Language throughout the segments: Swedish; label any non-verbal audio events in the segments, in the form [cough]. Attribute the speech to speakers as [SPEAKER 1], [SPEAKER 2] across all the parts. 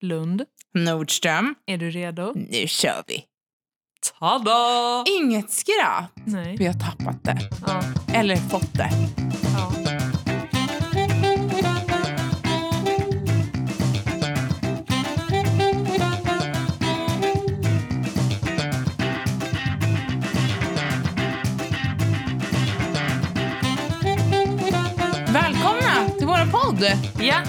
[SPEAKER 1] Lund,
[SPEAKER 2] Nordström,
[SPEAKER 1] är du redo?
[SPEAKER 2] nu kör vi.
[SPEAKER 1] Tada!
[SPEAKER 2] Inget skrap.
[SPEAKER 1] Nej.
[SPEAKER 2] Vi har tappat det.
[SPEAKER 1] Ja.
[SPEAKER 2] Eller fått det.
[SPEAKER 1] ja.
[SPEAKER 2] Välkomna till våran podd!
[SPEAKER 1] ja.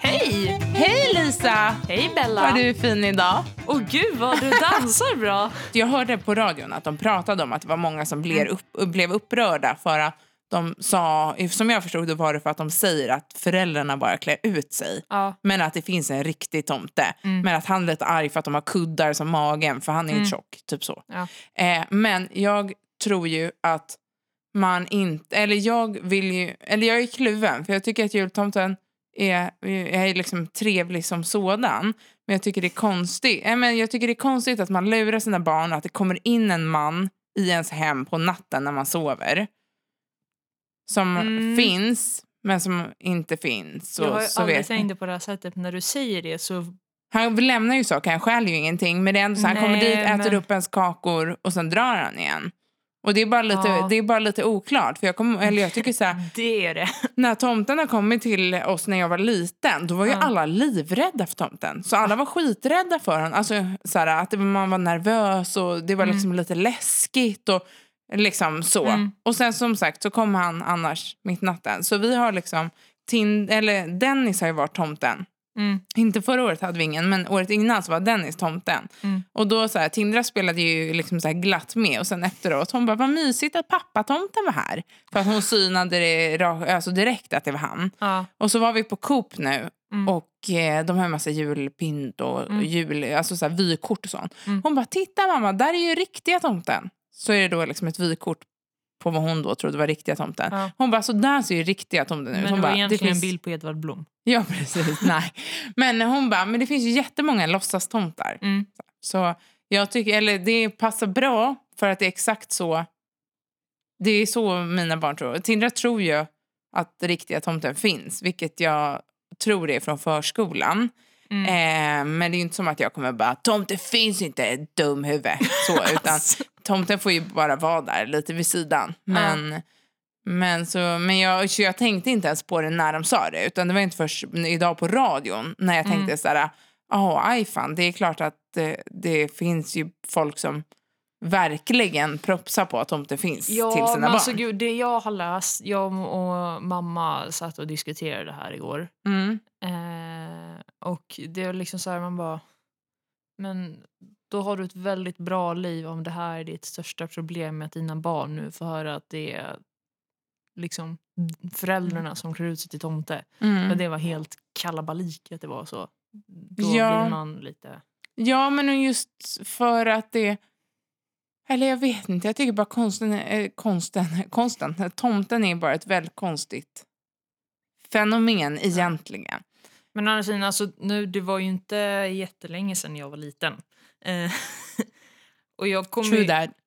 [SPEAKER 1] Hej!
[SPEAKER 2] Hej Lisa!
[SPEAKER 1] Hej Bella!
[SPEAKER 2] Vad du är fin idag.
[SPEAKER 1] Åh gud vad du dansar bra!
[SPEAKER 2] Jag hörde på radion att de pratade om att det var många som blev, upp, blev upprörda för att de sa, som jag förstod det var det för att de säger att föräldrarna bara klär ut sig.
[SPEAKER 1] [laughs] Ja.
[SPEAKER 2] Men att det finns en riktig tomte.
[SPEAKER 1] Mm.
[SPEAKER 2] Men att han är lite arg för att de har kuddar som magen för han är ju tjock. Typ så.
[SPEAKER 1] Ja.
[SPEAKER 2] Eh, men jag tror ju att man inte... Eller jag vill ju... Eller jag är kluven för jag tycker att jultomten är, är liksom trevlig som sådan. Men jag tycker det är konstigt. Eh, men jag tycker det är konstigt att man lurar sina barn och att det kommer in en man i ens hem på natten när man sover. Som
[SPEAKER 1] Mm.
[SPEAKER 2] finns men som inte finns.
[SPEAKER 1] jag har
[SPEAKER 2] Och,
[SPEAKER 1] ju
[SPEAKER 2] så
[SPEAKER 1] aldrig
[SPEAKER 2] vet
[SPEAKER 1] tänkt det på det här sättet, men när du säger det så...
[SPEAKER 2] han lämnar ju saker, han stjäl ju ingenting. Men det är ändå så här, han kommer
[SPEAKER 1] Nej,
[SPEAKER 2] dit, äter
[SPEAKER 1] men-
[SPEAKER 2] upp ens kakor och sen drar han igen. Och det är bara lite,
[SPEAKER 1] Ja.
[SPEAKER 2] det är bara lite oklart. För jag, kom, eller jag
[SPEAKER 1] [laughs]
[SPEAKER 2] tycker så här,
[SPEAKER 1] Det är det.
[SPEAKER 2] när tomten har kommit till oss när jag var liten, då var ju
[SPEAKER 1] Ja.
[SPEAKER 2] alla livrädda för tomten. Så alla var skiträdda för honom. Alltså, så här, att det, man var nervös och det var liksom lite läskigt. Och, liksom så.
[SPEAKER 1] Mm.
[SPEAKER 2] Och sen som sagt så kom han annars mitt i natten. Så vi har liksom, tin, eller Dennis har ju varit tomten.
[SPEAKER 1] Mm.
[SPEAKER 2] Inte förra året hade vi ingen, men året innan så var Dennis tomten.
[SPEAKER 1] Mm.
[SPEAKER 2] Och då så här, Tindra spelade ju liksom så här glatt med och sen efteråt hon bara, vad mysigt att pappatomten var här. För att hon synade det ra- alltså direkt att det var han.
[SPEAKER 1] Ja.
[SPEAKER 2] Och så var vi på Coop nu
[SPEAKER 1] Mm.
[SPEAKER 2] och eh, de har en massa julpynt och
[SPEAKER 1] Mm.
[SPEAKER 2] jul, alltså så här vykort och sånt.
[SPEAKER 1] Mm.
[SPEAKER 2] Hon bara, titta mamma, där är ju riktiga tomten. Så är det då liksom ett vykort på vad hon då trodde var riktiga tomten.
[SPEAKER 1] Ja.
[SPEAKER 2] Hon bara, så där ser ju riktiga tomten ut.
[SPEAKER 1] Men
[SPEAKER 2] hon
[SPEAKER 1] det var
[SPEAKER 2] bara,
[SPEAKER 1] egentligen
[SPEAKER 2] finns-
[SPEAKER 1] en bild på Edvard Blom.
[SPEAKER 2] Ja, [laughs] precis. Nej. Men hon bara, men det finns ju jättemånga låtsastomtar.
[SPEAKER 1] Mm.
[SPEAKER 2] Så jag tycker, eller det passar bra för att det är exakt så. Det är så mina barn tror. Tindra tror ju att riktiga tomten finns, vilket jag tror är från förskolan.
[SPEAKER 1] Mm.
[SPEAKER 2] Eh, men det är ju inte som att jag kommer bara, tomten finns inte, dumhuvud.
[SPEAKER 1] [laughs]
[SPEAKER 2] Så, utan
[SPEAKER 1] Alltså,
[SPEAKER 2] tomten får ju bara vara där lite vid sidan. Men, men, så, men jag, så jag tänkte inte ens på det när de sa det. Utan det var inte först idag på radion när jag
[SPEAKER 1] Mm.
[SPEAKER 2] tänkte så här, oh, aj fan, det är klart att eh, det finns ju folk som verkligen propsar på att tomten finns till sina
[SPEAKER 1] men
[SPEAKER 2] barn.
[SPEAKER 1] Alltså, gud, det jag har läst, jag och mamma satt och diskuterade det här igår.
[SPEAKER 2] mm.
[SPEAKER 1] Eh, och det är liksom så här, man bara... Men då har du ett väldigt bra liv om det här är ditt största problem med att dina barn nu får höra att det är liksom föräldrarna som klär ut sig till tomte.
[SPEAKER 2] Mm.
[SPEAKER 1] Men det var helt kalabalik att det var så. Då
[SPEAKER 2] Ja.
[SPEAKER 1] blir man lite...
[SPEAKER 2] Ja, men just för att det... Eller jag vet inte, jag tycker bara konsten... eh, konsten, konsten tomten är bara ett väldigt konstigt fenomen egentligen.
[SPEAKER 1] Men å andra sidan, alltså, nu, det var ju inte jättelänge sedan jag var liten. Eh, [laughs] och jag kommer ju-
[SPEAKER 2] that.
[SPEAKER 1] [laughs]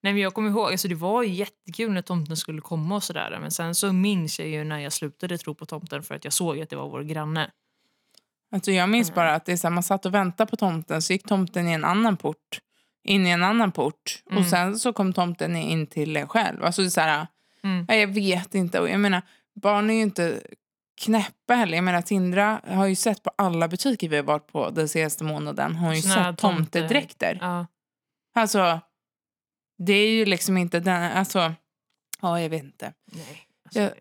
[SPEAKER 1] Nej, men jag kommer ihåg, alltså det var ju jättekul när tomten skulle komma och sådär. Men sen så minns jag ju när jag slutade tro på tomten för att jag såg att det var vår granne.
[SPEAKER 2] Alltså jag minns bara att det är så här, man satt och väntade på tomten så gick tomten i en annan port. In i en annan port. Och sen så kom tomten in till en själv. Alltså det är så här,
[SPEAKER 1] Mm.
[SPEAKER 2] nej, jag vet inte. Och jag menar, barn är ju inte knäppa heller. Jag menar, Tindra har ju sett på alla butiker vi har varit på den senaste månaden. Hon har ju
[SPEAKER 1] Såna här
[SPEAKER 2] sett
[SPEAKER 1] tomte-
[SPEAKER 2] tomtedräkter.
[SPEAKER 1] Ja.
[SPEAKER 2] Alltså, det är ju liksom inte den... Alltså, ja, jag vet inte.
[SPEAKER 1] Nej. Alltså,
[SPEAKER 2] Jag-
[SPEAKER 1] det-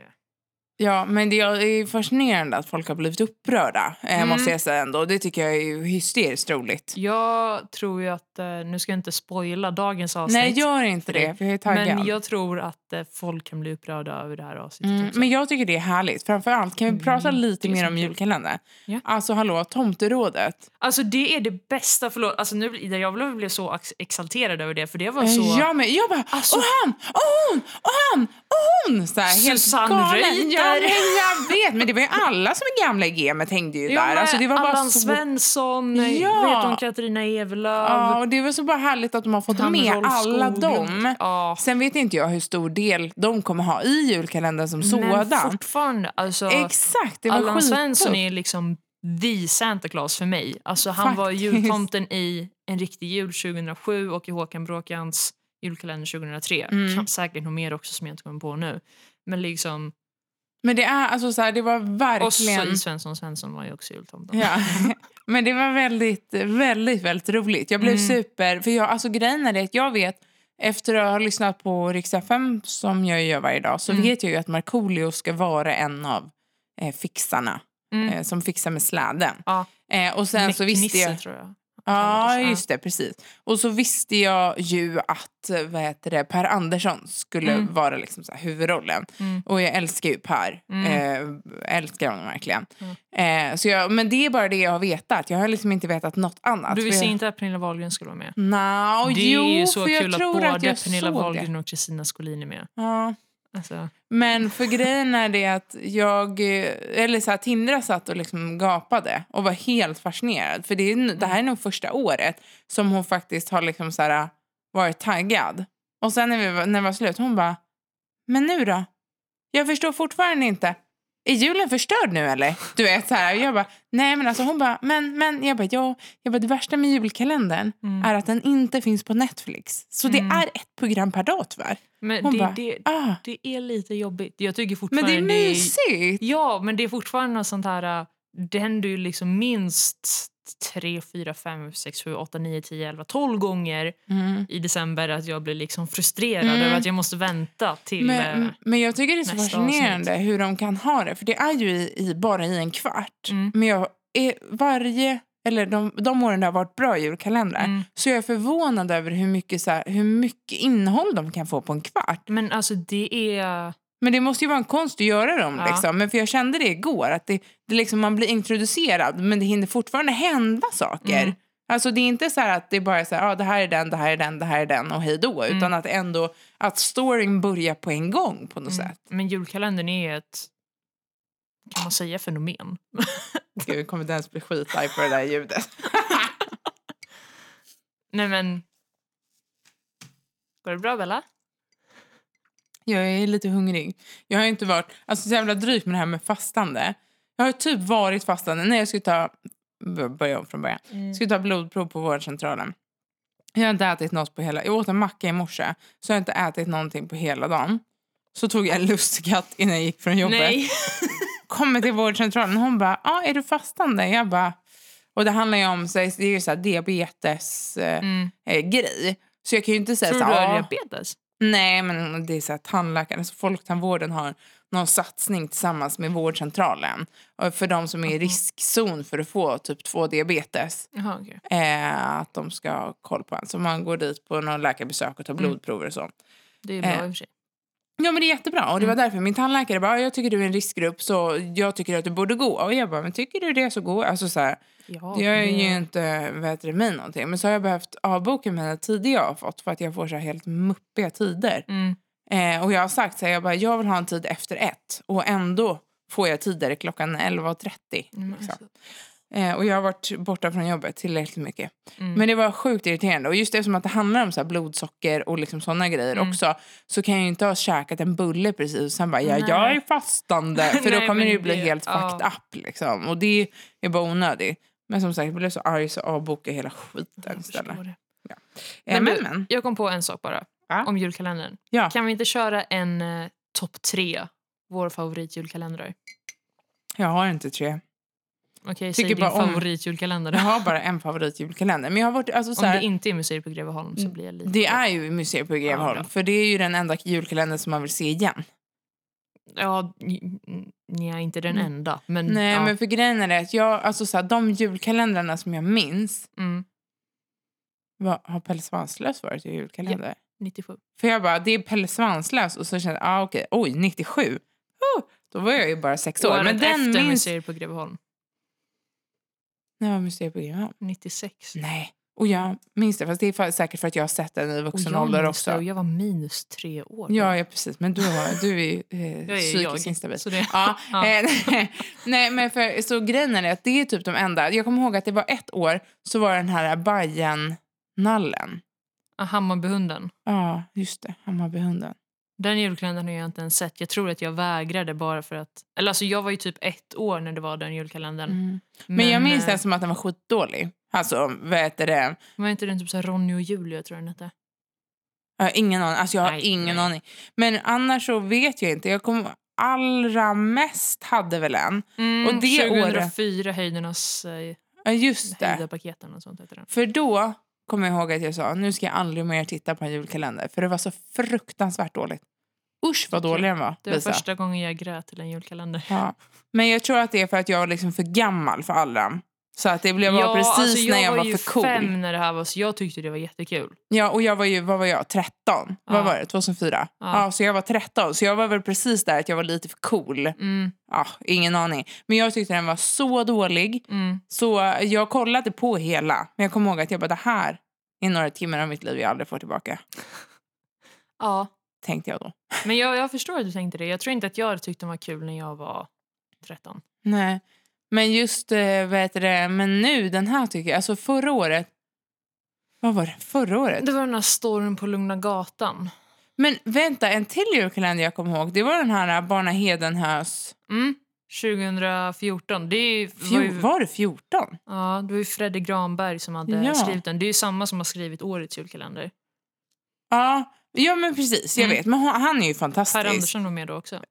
[SPEAKER 2] Ja, men det är ju fascinerande att folk har blivit upprörda, eh,
[SPEAKER 1] Mm.
[SPEAKER 2] måste jag säga ändå. Det tycker jag är ju hysteriskt roligt.
[SPEAKER 1] Jag tror ju att, eh, nu ska jag inte spoila dagens avsnitt.
[SPEAKER 2] Nej, gör inte
[SPEAKER 1] för dig.
[SPEAKER 2] det, för jag är taggad.
[SPEAKER 1] men jag tror att eh, folk kan bli upprörda över det här avsnittet
[SPEAKER 2] Mm,
[SPEAKER 1] också.
[SPEAKER 2] men jag tycker det är härligt. Framförallt, kan vi prata lite
[SPEAKER 1] Mm, det är
[SPEAKER 2] mer
[SPEAKER 1] så
[SPEAKER 2] om
[SPEAKER 1] kul.
[SPEAKER 2] julkalendern?
[SPEAKER 1] Ja.
[SPEAKER 2] Alltså, hallå, tomterådet.
[SPEAKER 1] Alltså det är det bästa, förlåt, alltså, nu, blir- jag blev- blev så ax- exalterad över det för det var så...
[SPEAKER 2] Jag, Eh, men, jag bara,
[SPEAKER 1] Alltså-
[SPEAKER 2] och han, och hon, och han, och hon! Så här, helt
[SPEAKER 1] Susanne
[SPEAKER 2] galen.
[SPEAKER 1] Reuter.
[SPEAKER 2] Ja, men jag vet, men det var ju alla som är gamla i gamet hängde ju
[SPEAKER 1] Ja,
[SPEAKER 2] där.
[SPEAKER 1] men
[SPEAKER 2] Alltså, det var bara
[SPEAKER 1] Allan
[SPEAKER 2] så...
[SPEAKER 1] Svensson, eh,
[SPEAKER 2] Ja.
[SPEAKER 1] vad heter hon, Katarina Evelöv.
[SPEAKER 2] Ja, och det var så bara härligt att de har fått
[SPEAKER 1] Han
[SPEAKER 2] med
[SPEAKER 1] Rolf
[SPEAKER 2] alla
[SPEAKER 1] Skoglund.
[SPEAKER 2] dem.
[SPEAKER 1] Ja.
[SPEAKER 2] Sen vet inte jag hur stor del de kommer ha i julkalendern som
[SPEAKER 1] Men
[SPEAKER 2] sådan.
[SPEAKER 1] fortfarande, alltså,
[SPEAKER 2] Exakt, det var
[SPEAKER 1] Allan
[SPEAKER 2] skittufft.
[SPEAKER 1] Svensson är liksom the Santa Claus för mig. Alltså han var
[SPEAKER 2] Faktiskt.
[SPEAKER 1] jultomten i En riktig jul 2007 och i Håkan Bråkans julkalender 2003.
[SPEAKER 2] Mm.
[SPEAKER 1] Kan, säkert nog mer också som jag inte kommer på nu. Men liksom,
[SPEAKER 2] Men det är alltså så här, det var
[SPEAKER 1] också
[SPEAKER 2] verkligen...
[SPEAKER 1] i Svensson Svensson var ju också jultomten.
[SPEAKER 2] Ja. [laughs] Men det var väldigt, väldigt, väldigt roligt. Jag blev
[SPEAKER 1] Mm.
[SPEAKER 2] super... För jag, alltså grejen är det att jag vet, efter att ha lyssnat på Rix FM som jag gör varje dag, så
[SPEAKER 1] Mm.
[SPEAKER 2] vet jag ju att Markoolio ska vara en av eh, fixarna.
[SPEAKER 1] Mm.
[SPEAKER 2] Eh, som fixar med släden.
[SPEAKER 1] Ja.
[SPEAKER 2] Eh, och sen så visste
[SPEAKER 1] Mäcknisse,
[SPEAKER 2] jag...
[SPEAKER 1] tror jag.
[SPEAKER 2] Ja,
[SPEAKER 1] Ja.
[SPEAKER 2] just det. Precis. Och så visste jag ju att eh, vad heter det, Per Andersson skulle
[SPEAKER 1] Mm.
[SPEAKER 2] vara liksom så här huvudrollen.
[SPEAKER 1] Mm.
[SPEAKER 2] Och jag älskar ju Per.
[SPEAKER 1] Mm.
[SPEAKER 2] Eh, älskar honom verkligen. Eh, så jag, men det är bara det jag har vetat. Jag har liksom inte vetat något annat.
[SPEAKER 1] Du
[SPEAKER 2] För
[SPEAKER 1] visste
[SPEAKER 2] jag-
[SPEAKER 1] inte att Pernilla Wahlgren skulle vara med?
[SPEAKER 2] Nå,
[SPEAKER 1] det
[SPEAKER 2] jo,
[SPEAKER 1] är ju så
[SPEAKER 2] för jag
[SPEAKER 1] kul att
[SPEAKER 2] tror
[SPEAKER 1] både
[SPEAKER 2] att jag
[SPEAKER 1] Pernilla
[SPEAKER 2] såg det.
[SPEAKER 1] Wahlgren och Kristina Skolin är med.
[SPEAKER 2] Ja.
[SPEAKER 1] Alltså,
[SPEAKER 2] Men för grejen är det att jag, eh, eller så här, Tindra satt och liksom gapade och var helt fascinerad. För det, är, nu- det här är nog första året som hon faktiskt har liksom så här, varit taggad. Och sen när, vi, var- när det var slut, hon bara, men nu då? Jag förstår fortfarande inte. Är julen förstörd nu eller? Du vet så här, jag bara, nej men alltså hon bara, men, men, jag bara, ja, jag bara, det värsta med julkalendern
[SPEAKER 1] Mm.
[SPEAKER 2] är att den inte finns på Netflix. Så
[SPEAKER 1] Mm.
[SPEAKER 2] det är ett program per dag tyvärr.
[SPEAKER 1] men
[SPEAKER 2] Hon
[SPEAKER 1] det,
[SPEAKER 2] bara,
[SPEAKER 1] det,
[SPEAKER 2] Ah,
[SPEAKER 1] det är lite jobbigt. Jag tycker
[SPEAKER 2] men
[SPEAKER 1] fortfarande
[SPEAKER 2] det är mysigt.
[SPEAKER 1] Ja, men det är fortfarande något sånt här... äh, Det händer ju liksom minst 3, 4, 5, 6, 7, 8, 9, 10, 11, 12 gånger
[SPEAKER 2] Mm.
[SPEAKER 1] i december att jag blir liksom frustrerad
[SPEAKER 2] Mm.
[SPEAKER 1] över att jag måste vänta till... äh,
[SPEAKER 2] Men, men jag tycker det är så
[SPEAKER 1] nästa
[SPEAKER 2] fascinerande hur de kan ha det. För det är ju i, i, bara i en kvart.
[SPEAKER 1] Mm.
[SPEAKER 2] Men jag är varje, eller de, de åren det har varit bra julkalendrar.
[SPEAKER 1] Mm.
[SPEAKER 2] Så jag är förvånad över hur mycket, så här, hur mycket innehåll de kan få på en kvart.
[SPEAKER 1] Men alltså det är...
[SPEAKER 2] Men det måste ju vara en konst att göra dem.
[SPEAKER 1] Ja.
[SPEAKER 2] Liksom. Men för jag kände det igår. Att det, det liksom, man blir introducerad men det hinner fortfarande hända saker.
[SPEAKER 1] Mm.
[SPEAKER 2] Alltså det är inte så här att det bara är så här, ah, det här är den, det här är den, det här är den och hej då.
[SPEAKER 1] Mm.
[SPEAKER 2] Utan att ändå att storyn börjar på en gång på något sätt.
[SPEAKER 1] mm, Men julkalendern är ett... Kan man säga fenomen?
[SPEAKER 2] Gud, vi kommer inte ens bli skitarg på det där ljudet.
[SPEAKER 1] Nej men... Går det bra Bella?
[SPEAKER 2] Jag är lite hungrig. Jag har ju inte varit alltså, så jävla dryg med det här med fastande. Jag har ju typ varit fastande när jag skulle ta... b- Börja om från början.
[SPEAKER 1] Mm.
[SPEAKER 2] Jag skulle ta blodprov på vårdcentralen. Jag har inte ätit något på hela... Jag åt en macka i morse, så jag har inte ätit någonting på hela dagen. Så tog jag en lustkatt innan jag gick från jobbet. [laughs]
[SPEAKER 1] Nej.
[SPEAKER 2] kommer till vårdcentralen hon bara, ah, är du fastande? Jag bara, och det handlar ju om så, här- det är ju så här diabetes eh,
[SPEAKER 1] Mm.
[SPEAKER 2] eh, grej. Så jag kan ju inte säga
[SPEAKER 1] Tror
[SPEAKER 2] så
[SPEAKER 1] du du har
[SPEAKER 2] här, "Ah,
[SPEAKER 1] diabetes?
[SPEAKER 2] nej men det är så här tandläkaren, så folktandvården har någon satsning tillsammans med vårdcentralen och för de som är i riskzon för att få typ 2 diabetes.
[SPEAKER 1] Jaha, okej.
[SPEAKER 2] Eh, att de ska ha koll på en. Så man går dit på någon läkarbesök och tar blodprover och så.
[SPEAKER 1] Det är bra
[SPEAKER 2] Eh.
[SPEAKER 1] i och för sig.
[SPEAKER 2] Ja men det är jättebra och det var därför min tandläkare bara jag tycker du är en riskgrupp så jag tycker att du borde gå och jag bara men tycker du det så gå alltså så här,
[SPEAKER 1] Ja,
[SPEAKER 2] jag är
[SPEAKER 1] det-
[SPEAKER 2] ju inte veteramin någonting men så har jag behövt avboka mina tider jag har fått för att jag får så här helt muppiga tider
[SPEAKER 1] Mm.
[SPEAKER 2] eh, och jag har sagt så här, jag bara jag vill ha en tid efter ett och ändå får jag tider klockan 11.30
[SPEAKER 1] Mm,
[SPEAKER 2] liksom.
[SPEAKER 1] alltså.
[SPEAKER 2] eh, och jag har varit borta från jobbet tillräckligt mycket
[SPEAKER 1] Mm.
[SPEAKER 2] men det var sjukt irriterande. Och just eftersom att det handlar om så här blodsocker och liksom sådana grejer
[SPEAKER 1] Mm.
[SPEAKER 2] också så kan jag ju inte ha käkat en bulle precis och sen bara ja,
[SPEAKER 1] Nej.
[SPEAKER 2] jag är
[SPEAKER 1] [laughs]
[SPEAKER 2] fastande. För då
[SPEAKER 1] Nej,
[SPEAKER 2] kommer det
[SPEAKER 1] men
[SPEAKER 2] ju bli
[SPEAKER 1] det-
[SPEAKER 2] helt fucked
[SPEAKER 1] ja.
[SPEAKER 2] up liksom. Och det är bara onödigt. Men som sagt, jag blev så arg så avbokade jag hela skiten
[SPEAKER 1] Jag
[SPEAKER 2] istället.
[SPEAKER 1] förstår det.
[SPEAKER 2] Eh,
[SPEAKER 1] Men
[SPEAKER 2] Men,
[SPEAKER 1] du-
[SPEAKER 2] men.
[SPEAKER 1] Jag kom på en sak bara,
[SPEAKER 2] Ja.
[SPEAKER 1] om julkalendern.
[SPEAKER 2] Ja.
[SPEAKER 1] Kan vi inte köra en eh, topp tre, vår favoritjulkalendrar?
[SPEAKER 2] Jag har inte tre.
[SPEAKER 1] Okej, säg
[SPEAKER 2] Tycker
[SPEAKER 1] din
[SPEAKER 2] bara om-
[SPEAKER 1] favoritjulkalender då.
[SPEAKER 2] Jag har bara en favoritjulkalender. Men jag har varit, alltså så
[SPEAKER 1] Om det
[SPEAKER 2] här, Mm.
[SPEAKER 1] inte är museer på Greveholm så blir jag lite...
[SPEAKER 2] det är ju museet på Greveholm.
[SPEAKER 1] bra.
[SPEAKER 2] för det är ju den enda julkalendern som man vill se igen.
[SPEAKER 1] Ja, n- n- nja, inte den
[SPEAKER 2] Mm.
[SPEAKER 1] enda. Men,
[SPEAKER 2] Nej,
[SPEAKER 1] ja.
[SPEAKER 2] men för grejen är det att jag, alltså så här, de julkalendrarna som jag minns
[SPEAKER 1] Mm,
[SPEAKER 2] Vad, har Pelle Svanslös varit i julkalender?
[SPEAKER 1] 97.
[SPEAKER 2] För jag bara, det är Pelle Svanslös och så kände jag, ah, okej, oj, 97. Oh, då var jag ju bara sex år.
[SPEAKER 1] Året
[SPEAKER 2] Men den
[SPEAKER 1] efter
[SPEAKER 2] minns...
[SPEAKER 1] museer på Greveholm,
[SPEAKER 2] När var museet på Grönholm?
[SPEAKER 1] 96.
[SPEAKER 2] Nej. Och jag minns det, fast det är fa- säkert för att jag har sett den i
[SPEAKER 1] Och
[SPEAKER 2] vuxen
[SPEAKER 1] jag
[SPEAKER 2] ålder
[SPEAKER 1] minns det
[SPEAKER 2] också.
[SPEAKER 1] och jag var minus tre år. då.
[SPEAKER 2] Ja, ja, precis. Men du, har, du är ju eh,
[SPEAKER 1] jag är ju
[SPEAKER 2] psykiskt
[SPEAKER 1] jag,
[SPEAKER 2] instabil.
[SPEAKER 1] Så det...
[SPEAKER 2] Ja,
[SPEAKER 1] [laughs] Ja.
[SPEAKER 2] eh, [laughs] nej, men för, så grejen är det att det är typ de enda. Jag kommer ihåg att det var ett år så var den här Bajen-nallen.
[SPEAKER 1] Ah, Hammarbyhunden.
[SPEAKER 2] Ja, just det. Hammarbyhunden.
[SPEAKER 1] Den julkalendern har jag inte ens sett. Jag tror att jag vägrade bara för att... Eller alltså jag var ju typ ett år när det var den julkalendern.
[SPEAKER 2] Mm. Men, jag minns den som att den var skitdålig. Alltså, vad heter det?
[SPEAKER 1] eh, Var inte den typ så här Ronny och Julia tror jag den hette?
[SPEAKER 2] Jag har ingen aning. Alltså, jag har
[SPEAKER 1] Nej,
[SPEAKER 2] ingen
[SPEAKER 1] nej.
[SPEAKER 2] aning. Men annars så vet jag inte. Jag kom, allra mest hade väl en.
[SPEAKER 1] Mm,
[SPEAKER 2] Och det året-
[SPEAKER 1] 2004, Höjdernas eh,
[SPEAKER 2] Ja, just det.
[SPEAKER 1] Höjdarpaketen och sånt heter den.
[SPEAKER 2] För då kommer jag ihåg att jag sa nu ska jag aldrig mer titta på en julkalender. För det var så fruktansvärt dåligt. Usch vad
[SPEAKER 1] Okej.
[SPEAKER 2] dålig den var,
[SPEAKER 1] Det var
[SPEAKER 2] Lisa.
[SPEAKER 1] första gången jag grät till en julkalender.
[SPEAKER 2] Ja. Men jag tror att det är för att jag var liksom för gammal för Alram. Så att det blev bara precis
[SPEAKER 1] alltså,
[SPEAKER 2] när jag var,
[SPEAKER 1] ju
[SPEAKER 2] för cool.
[SPEAKER 1] fem när det här var så jag tyckte det var jättekul.
[SPEAKER 2] Ja, och jag var ju, vad var jag, 13?
[SPEAKER 1] Ja.
[SPEAKER 2] Vad var det, 2004?
[SPEAKER 1] Ja.
[SPEAKER 2] Ja. så jag var 13. Så jag var väl precis där att jag var lite för cool.
[SPEAKER 1] Mm,
[SPEAKER 2] Ja, ingen aning. Men jag tyckte den var så dålig.
[SPEAKER 1] mm.
[SPEAKER 2] Så jag kollade på hela. Men jag kommer ihåg att jag bara, det här är några timmar av mitt liv jag aldrig får tillbaka.
[SPEAKER 1] Ja,
[SPEAKER 2] Tänkte jag då.
[SPEAKER 1] men jag, jag förstår att du tänkte det. Jag tror inte att jag tyckte den var kul när jag var 13.
[SPEAKER 2] Nej. Men just, eh, vad heter det, men nu den här tycker jag, alltså förra året. Vad var det? Förra året?
[SPEAKER 1] Det var den här storyn på Lugna gatan.
[SPEAKER 2] Men vänta, en till julkalender jag kommer ihåg. Det var den här eh, Barna Hedenhös.
[SPEAKER 1] Mm. 2014. Det är ju, var
[SPEAKER 2] Fjol,
[SPEAKER 1] ju,
[SPEAKER 2] var det 14?
[SPEAKER 1] ja, det var ju Fredde Granberg som hade
[SPEAKER 2] Ja.
[SPEAKER 1] skrivit den. Det är ju samma som har skrivit årets julkalender.
[SPEAKER 2] Ja, ja men precis. Jag
[SPEAKER 1] Mm.
[SPEAKER 2] vet. Men hon, han är ju
[SPEAKER 1] Per
[SPEAKER 2] fantastisk.
[SPEAKER 1] Andersson var med då också.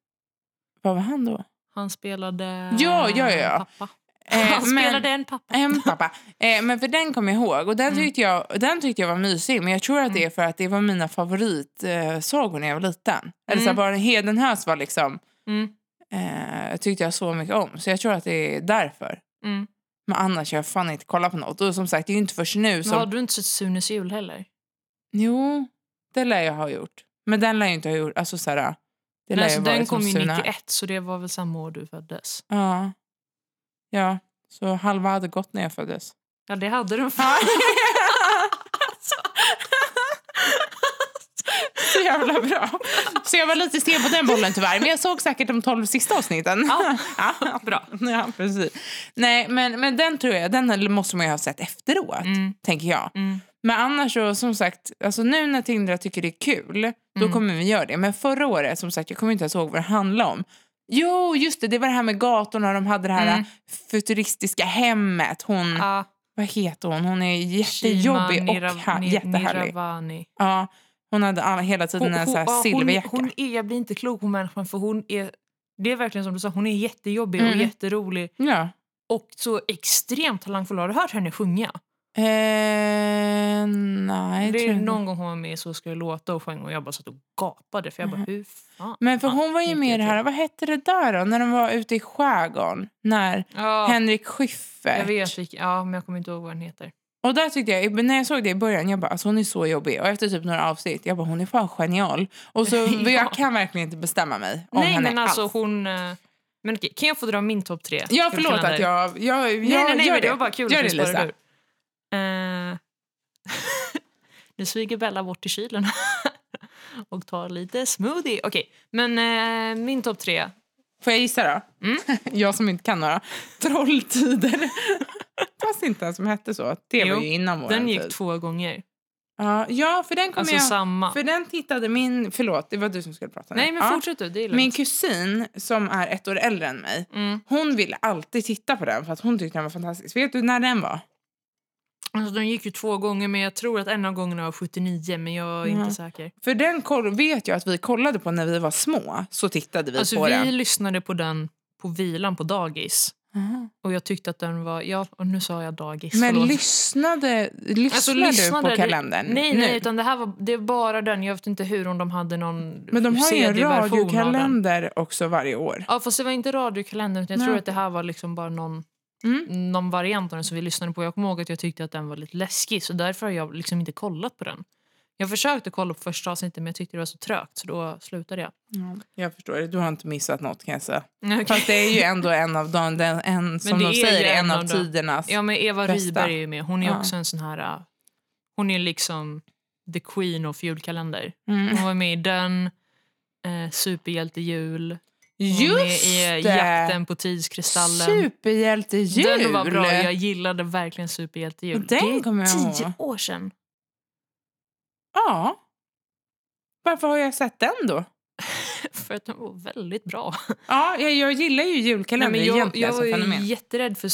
[SPEAKER 2] Vad var
[SPEAKER 1] [laughs]
[SPEAKER 2] han då?
[SPEAKER 1] Han spelade
[SPEAKER 2] Ja, ja, ja.
[SPEAKER 1] pappa.
[SPEAKER 2] Eh,
[SPEAKER 1] [laughs] Han spelade
[SPEAKER 2] men,
[SPEAKER 1] en pappa.
[SPEAKER 2] en pappa. Eh, men för den kommer jag ihåg. Och den
[SPEAKER 1] Mm.
[SPEAKER 2] tyckte, jag, den tyckte jag var mysig. Men jag tror att det är för att det var mina favoritsagor eh, sagor när jag var liten. Eller så här,
[SPEAKER 1] Mm.
[SPEAKER 2] Barna Hedenhös var liksom...
[SPEAKER 1] Mm,
[SPEAKER 2] eh, tyckte jag så mycket om. Så jag tror att det är därför.
[SPEAKER 1] mm.
[SPEAKER 2] Men annars har jag fan inte kollat på något. Och som sagt, det är ju inte förrän nu
[SPEAKER 1] Men
[SPEAKER 2] som...
[SPEAKER 1] har du inte sett Sunes jul heller?
[SPEAKER 2] Jo, det lär jag ha gjort. Men den lär jag inte ha gjort. Alltså så här, det lär
[SPEAKER 1] Nej, alltså,
[SPEAKER 2] ju ha
[SPEAKER 1] den
[SPEAKER 2] varit
[SPEAKER 1] kom
[SPEAKER 2] som
[SPEAKER 1] ju
[SPEAKER 2] Suna.
[SPEAKER 1] 91, så det var väl samma år du föddes.
[SPEAKER 2] Ja. ja, så halva hade gått när jag föddes.
[SPEAKER 1] [laughs] Ja, det hade den
[SPEAKER 2] [laughs]
[SPEAKER 1] fan.
[SPEAKER 2] Så jävla bra. Så jag var lite sen på den bollen tyvärr. Men jag såg säkert de tolv sista avsnitten.
[SPEAKER 1] Ja.
[SPEAKER 2] [laughs] ja.
[SPEAKER 1] Bra.
[SPEAKER 2] Ja, precis. Nej, men, men den tror jag, den måste man ju ha sett efteråt,
[SPEAKER 1] Mm.
[SPEAKER 2] tänker jag.
[SPEAKER 1] Mm.
[SPEAKER 2] Men annars så, som sagt, alltså nu när Tindra tycker det är kul, då
[SPEAKER 1] Mm.
[SPEAKER 2] kommer vi göra det. Men förra året, som sagt, jag kommer inte ens ihåg vad det handlade om. Jo, just det, det var det här med gatorna, de hade det här
[SPEAKER 1] Mm.
[SPEAKER 2] futuristiska hemmet. Hon,
[SPEAKER 1] Ah,
[SPEAKER 2] vad heter hon? Hon är
[SPEAKER 1] Shima
[SPEAKER 2] jättejobbig och ha-
[SPEAKER 1] Nira-
[SPEAKER 2] jättehärlig.
[SPEAKER 1] Niravani.
[SPEAKER 2] Ja, hon hade all, hela tiden en så
[SPEAKER 1] ja,
[SPEAKER 2] här silverjacka.
[SPEAKER 1] Hon, hon är, jag blir inte klok på människan för hon är, det är verkligen som du sa, hon är jättejobbig
[SPEAKER 2] Mm.
[SPEAKER 1] och jätterolig
[SPEAKER 2] Ja.
[SPEAKER 1] och så extremt talangfull. Har du hört henne sjunga?
[SPEAKER 2] Eh, nej,
[SPEAKER 1] det
[SPEAKER 2] tror
[SPEAKER 1] är
[SPEAKER 2] jag inte.
[SPEAKER 1] någon gång hon var med i Så ska det låta och sjöng och jag bara satt och gapade för jag bara
[SPEAKER 2] Mhm.
[SPEAKER 1] hur fan?
[SPEAKER 2] Men för hon var ju
[SPEAKER 1] gick
[SPEAKER 2] med i
[SPEAKER 1] Ah, jag
[SPEAKER 2] det här, vad hette det där då? När de var ute i skärgården. När
[SPEAKER 1] Ja,
[SPEAKER 2] Henrik Schyffert.
[SPEAKER 1] jag vet vilken, ja men jag kommer inte ihåg vad den heter.
[SPEAKER 2] Och där tyckte jag, när jag såg det i början, jag bara alltså hon är så jobbig. Och efter typ några avsnitt, jag bara hon är fan genial.
[SPEAKER 1] [laughs]
[SPEAKER 2] Och så,
[SPEAKER 1] Ja.
[SPEAKER 2] jag kan verkligen inte bestämma mig om
[SPEAKER 1] nej
[SPEAKER 2] henne
[SPEAKER 1] men alltså
[SPEAKER 2] alls.
[SPEAKER 1] hon, eh, men okej, kan jag få dra min topp tre?
[SPEAKER 2] Ja förlåt
[SPEAKER 1] julkalender?
[SPEAKER 2] att jag, jag, jag
[SPEAKER 1] Nej, nej, nej,
[SPEAKER 2] gör
[SPEAKER 1] men
[SPEAKER 2] det.
[SPEAKER 1] det var bara kul
[SPEAKER 2] gör
[SPEAKER 1] att
[SPEAKER 2] det
[SPEAKER 1] vi
[SPEAKER 2] Lisa.
[SPEAKER 1] sparade ur. Eh, [laughs] nu smyger Bella bort till kylen [laughs] och tar lite smoothie. Okej, men eh, min topp tre.
[SPEAKER 2] Får jag gissa då?
[SPEAKER 1] Mm.
[SPEAKER 2] [laughs] jag som inte kan några.
[SPEAKER 1] [laughs]
[SPEAKER 2] Trolltider. Fast inte ens som hette så. Det
[SPEAKER 1] Jo,
[SPEAKER 2] var ju innan vår
[SPEAKER 1] Den gick
[SPEAKER 2] tid.
[SPEAKER 1] två gånger.
[SPEAKER 2] Ja, ja för den kommer
[SPEAKER 1] Alltså
[SPEAKER 2] jag...
[SPEAKER 1] samma.
[SPEAKER 2] För den tittade min... Förlåt, det var du som skulle prata nu.
[SPEAKER 1] Nej, men
[SPEAKER 2] Ja.
[SPEAKER 1] fortsätt du. Det är
[SPEAKER 2] Min
[SPEAKER 1] lugnt.
[SPEAKER 2] kusin som är ett år äldre än mig.
[SPEAKER 1] Mm.
[SPEAKER 2] Hon ville alltid titta på den för att hon tyckte den var fantastisk. Vet du när den var?
[SPEAKER 1] Alltså, den gick ju två gånger, men jag tror att en av gångerna var 79, men jag är
[SPEAKER 2] Mm.
[SPEAKER 1] inte säker.
[SPEAKER 2] För den koll- vet jag att vi kollade på när vi var små. Så tittade vi
[SPEAKER 1] Alltså,
[SPEAKER 2] på
[SPEAKER 1] vi
[SPEAKER 2] den.
[SPEAKER 1] lyssnade på den på vilan på dagis.
[SPEAKER 2] Aha.
[SPEAKER 1] Och jag tyckte att den var... Ja, och nu sa jag dagis.
[SPEAKER 2] Men
[SPEAKER 1] förlåt. Alltså,
[SPEAKER 2] lyssnade, lyssnade,
[SPEAKER 1] lyssnade
[SPEAKER 2] du
[SPEAKER 1] du-
[SPEAKER 2] på kalendern?
[SPEAKER 1] Nej,
[SPEAKER 2] nu?
[SPEAKER 1] nej, utan det här var det är bara den. Jag vet inte hur om de hade någon
[SPEAKER 2] Men de har ju en
[SPEAKER 1] CD-version av den.
[SPEAKER 2] radiokalender också varje år.
[SPEAKER 1] Ja, fast det var inte radiokalendern. Utan jag
[SPEAKER 2] Nej,
[SPEAKER 1] tror att det
[SPEAKER 2] okej.
[SPEAKER 1] här var liksom bara någon,
[SPEAKER 2] Mm.
[SPEAKER 1] någon variant av den som vi lyssnade på. Jag kommer ihåg att jag tyckte att den var lite läskig, så därför har jag liksom inte kollat på den. Jag försökte kolla på första avsnittet, men jag tyckte det var så trögt, så då slutade jag.
[SPEAKER 2] Ja, jag förstår det. Du har inte missat något kan jag säga.
[SPEAKER 1] Okej.
[SPEAKER 2] Fast det är ju ändå en av de, den, en,
[SPEAKER 1] det
[SPEAKER 2] som de
[SPEAKER 1] är ju
[SPEAKER 2] säger,
[SPEAKER 1] en
[SPEAKER 2] en
[SPEAKER 1] av
[SPEAKER 2] av
[SPEAKER 1] dem.
[SPEAKER 2] tidernas.
[SPEAKER 1] Ja, men Eva
[SPEAKER 2] Bästa.
[SPEAKER 1] Rydberg är ju med. Hon är
[SPEAKER 2] Ja.
[SPEAKER 1] också en sån här... äh, Hon är liksom the queen of julkalender.
[SPEAKER 2] Mm.
[SPEAKER 1] Hon var med i den, eh, Superhjältejul. Hon var
[SPEAKER 2] Just
[SPEAKER 1] med i eh,
[SPEAKER 2] det!
[SPEAKER 1] Jakten på tidskristallen.
[SPEAKER 2] Superhjältejul!
[SPEAKER 1] Den var bra. Jag gillade verkligen Superhjältejul.
[SPEAKER 2] Och den kommer jag
[SPEAKER 1] tio
[SPEAKER 2] ihåg.
[SPEAKER 1] år sedan. [laughs]
[SPEAKER 2] Ja. Varför har jag sett den då?
[SPEAKER 1] För att den var väldigt bra.
[SPEAKER 2] Ja, jag, jag gillar ju julkalendern
[SPEAKER 1] Nej, men jag,
[SPEAKER 2] egentligen
[SPEAKER 1] jag var
[SPEAKER 2] som
[SPEAKER 1] ju
[SPEAKER 2] fenomen.
[SPEAKER 1] jätterädd för